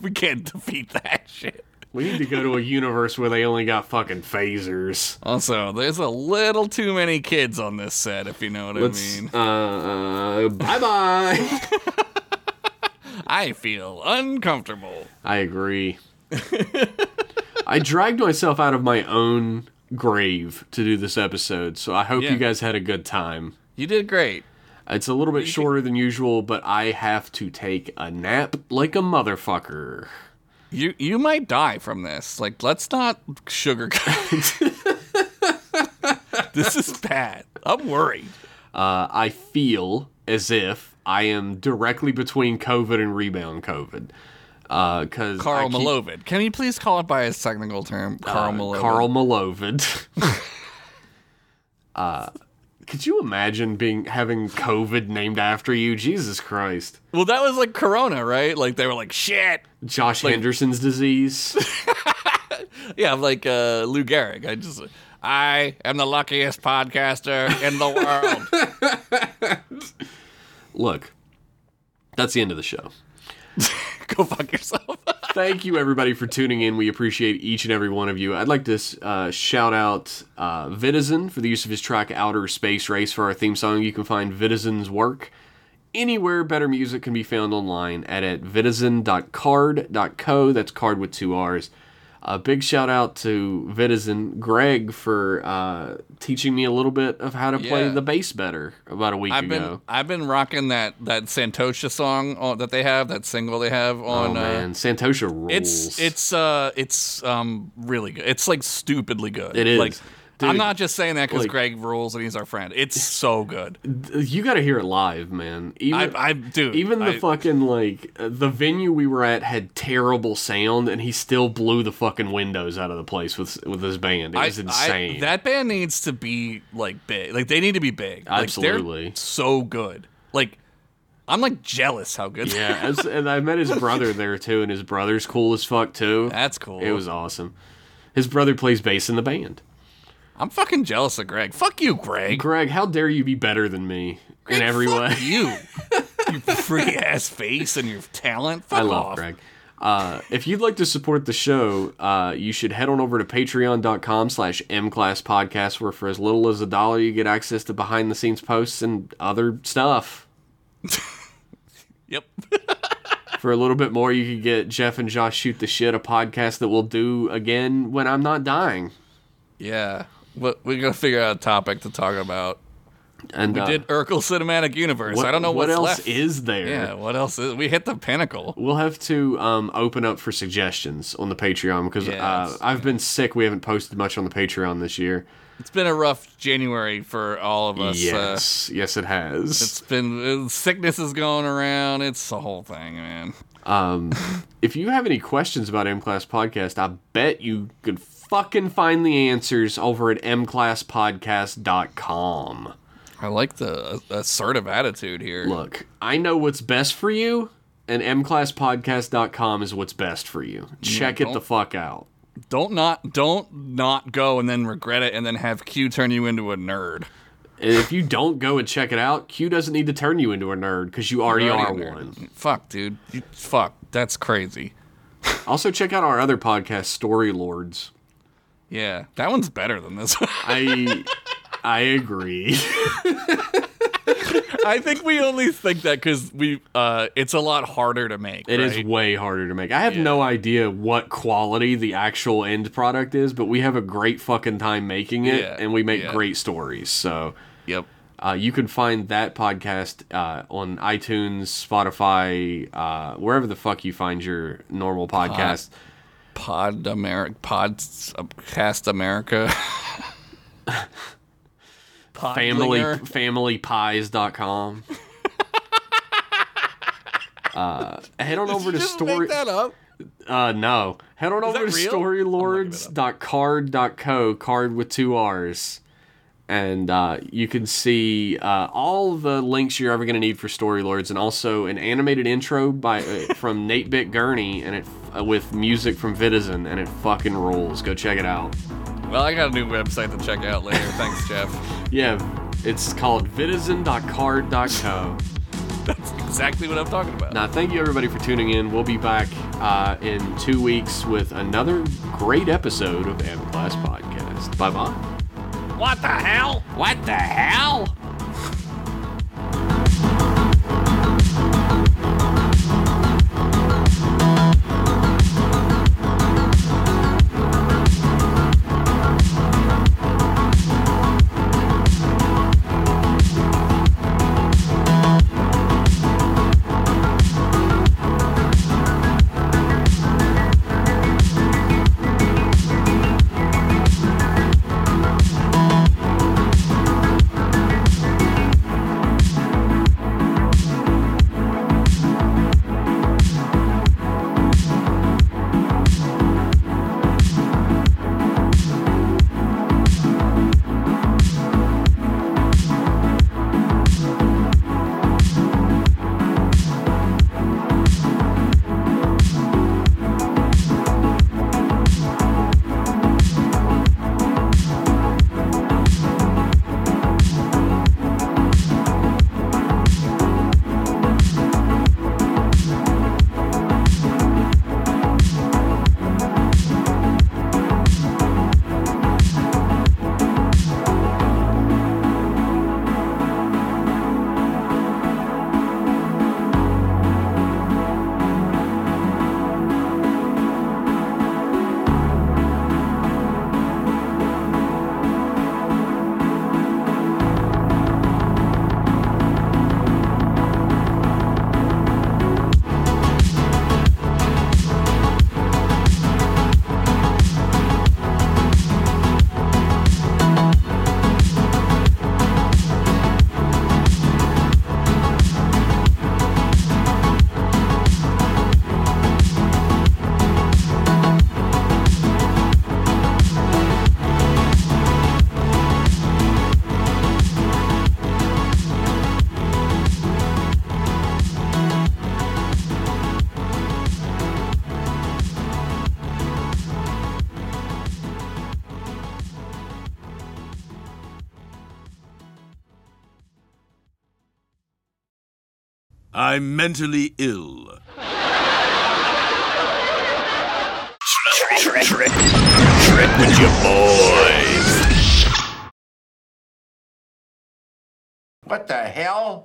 Speaker 2: We can't defeat that shit.
Speaker 1: We need to go to a universe where they only got fucking phasers.
Speaker 2: Also, there's a little too many kids on this set, if you know what I mean.
Speaker 1: Uh, uh, bye bye.
Speaker 2: I feel uncomfortable.
Speaker 1: I agree. I dragged myself out of my own grave to do this episode, so I hope
Speaker 2: Yeah.
Speaker 1: you guys had a good time.
Speaker 2: You did great.
Speaker 1: It's a little bit shorter than usual, but I have to take a nap like a motherfucker.
Speaker 2: You you might die from this. Like, let's not sugarcoat. this is bad. I'm worried.
Speaker 1: Uh, I feel as if I am directly between COVID and rebound COVID. Uh, Because
Speaker 2: Carl Malovid. Can you please call it by his technical term? Carl Malovid.
Speaker 1: Carl Malovid. uh, could you imagine being having COVID named after you? Jesus Christ.
Speaker 2: Well, that was like Corona, right? Like they were like, shit,
Speaker 1: Josh Henderson's disease.
Speaker 2: Yeah, I'm like uh, Lou Gehrig. I just, I am the luckiest podcaster in the world.
Speaker 1: Look, that's the end of the show.
Speaker 2: Go fuck yourself.
Speaker 1: Thank you, everybody, for tuning in. We appreciate each and every one of you. I'd like to uh, shout out uh, Vitizen for the use of his track Outer Space Race for our theme song. You can find Vitizen's work anywhere better music can be found online at, at vitizen.card.co. That's card with two R's. A big shout out to Vitizen Greg for uh, teaching me a little bit of how to play
Speaker 2: Yeah.
Speaker 1: the bass better about a week
Speaker 2: I've
Speaker 1: ago.
Speaker 2: been, I've been rocking that that Santosha song on, that they have, that single they have
Speaker 1: oh,
Speaker 2: on. uh,
Speaker 1: man. Santosha rules.
Speaker 2: it's it's uh it's um really good. It's like stupidly good.
Speaker 1: It is.
Speaker 2: Like,
Speaker 1: Dude,
Speaker 2: I'm not just saying that because
Speaker 1: like-
Speaker 2: Greg rules and he's our friend. It's so good.
Speaker 1: you got to hear it live, man.
Speaker 2: I,
Speaker 1: Even,
Speaker 2: I dude.
Speaker 1: Even the
Speaker 2: I-
Speaker 1: fucking like uh, the venue we were at had terrible sound, and he still blew the fucking windows out of the place with with his band. It
Speaker 2: I-
Speaker 1: was
Speaker 2: I-
Speaker 1: insane.
Speaker 2: that band needs to be like big. Like they need to be big. Like, they're
Speaker 1: Absolutely.
Speaker 2: so good. Like I'm like jealous how good. they-
Speaker 1: yeah, as- and I met his brother there too, and his brother's cool as fuck too.
Speaker 2: That's cool.
Speaker 1: It was awesome. His brother plays bass in the band.
Speaker 2: I'm fucking jealous of Greg. Fuck you, Greg.
Speaker 1: Greg, how dare you be better than me in every
Speaker 2: Fuck
Speaker 1: way?
Speaker 2: you. your freaky ass face and your talent. Fuck
Speaker 1: I love
Speaker 2: off.
Speaker 1: Greg. Uh, if you'd like to support the show, uh, you should head on over to patreon.com slash mclasspodcast, where for as little as a dollar, you get access to behind-the-scenes posts and other stuff.
Speaker 2: Yep.
Speaker 1: For a little bit more, you could get Jeff and Josh Shoot the Shit, a podcast that we'll do again when I'm not dying.
Speaker 2: Yeah. But we gotta figure out a topic to talk about.
Speaker 1: And
Speaker 2: We
Speaker 1: uh,
Speaker 2: did Urkel Cinematic Universe. I don't know
Speaker 1: what
Speaker 2: what's
Speaker 1: else
Speaker 2: left.
Speaker 1: is there.
Speaker 2: Yeah, what else is we hit the pinnacle.
Speaker 1: We'll have to um, open up for suggestions on the Patreon because uh,
Speaker 2: Yes.
Speaker 1: I've been sick. We haven't posted much on the Patreon this year.
Speaker 2: It's been a rough January for all of us. Uh,
Speaker 1: yes, yes, it has.
Speaker 2: it's been uh, sickness is going around. It's the whole thing, man.
Speaker 1: if you have any questions about M Class Podcast, I bet you could fucking find the answers over at mclasspodcast.com.
Speaker 2: I like the uh, assertive attitude here.
Speaker 1: Look, I know what's best for you, and mclasspodcast.com is what's best for you. Check it the
Speaker 2: Mm, don't-
Speaker 1: fuck out.
Speaker 2: Don't not don't not go and then regret it and then have Q turn you into a nerd.
Speaker 1: And if you don't go and check it out, Q doesn't need to turn you into a nerd because you already
Speaker 2: Already
Speaker 1: are
Speaker 2: a nerd.
Speaker 1: one.
Speaker 2: Fuck, dude. You, fuck, that's crazy.
Speaker 1: Also, check out our other podcast, Story Lords.
Speaker 2: Yeah, that one's better than this. one.
Speaker 1: I. I agree.
Speaker 2: I think we only think that because we uh, it's a lot harder to make.
Speaker 1: It is way harder to make. I have no idea what quality the actual end product is, but we have a great fucking time making it,
Speaker 2: Yeah,
Speaker 1: and we make
Speaker 2: yeah.
Speaker 1: great stories. So
Speaker 2: Yep.
Speaker 1: uh, you can find that podcast uh, on iTunes, Spotify, uh, wherever the fuck you find your normal podcast.
Speaker 2: Pod America, Podcast America,
Speaker 1: Family
Speaker 2: Podlinger.
Speaker 1: familypies.com. uh, head on over to story.
Speaker 2: up.
Speaker 1: Uh, no. Head on over
Speaker 2: that
Speaker 1: to
Speaker 2: real?
Speaker 1: storylords.card.co, card with two R's. And uh, you can see uh, all the links you're ever going to need for Storylords, and also an animated intro by uh, from Nate Bitt Gurney, and it uh, with music from Vitizen, and it fucking rules. Go check it out.
Speaker 2: Well, I got a new website to check out later. Thanks, Jeff.
Speaker 1: Yeah, it's called vitizen.card.co.
Speaker 2: That's exactly what I'm talking about.
Speaker 1: Now, thank you everybody for tuning in. We'll be back uh, in two weeks with another great episode of M Class Podcast. Bye bye.
Speaker 2: What the hell? What the hell? I'm mentally ill.
Speaker 9: What the hell?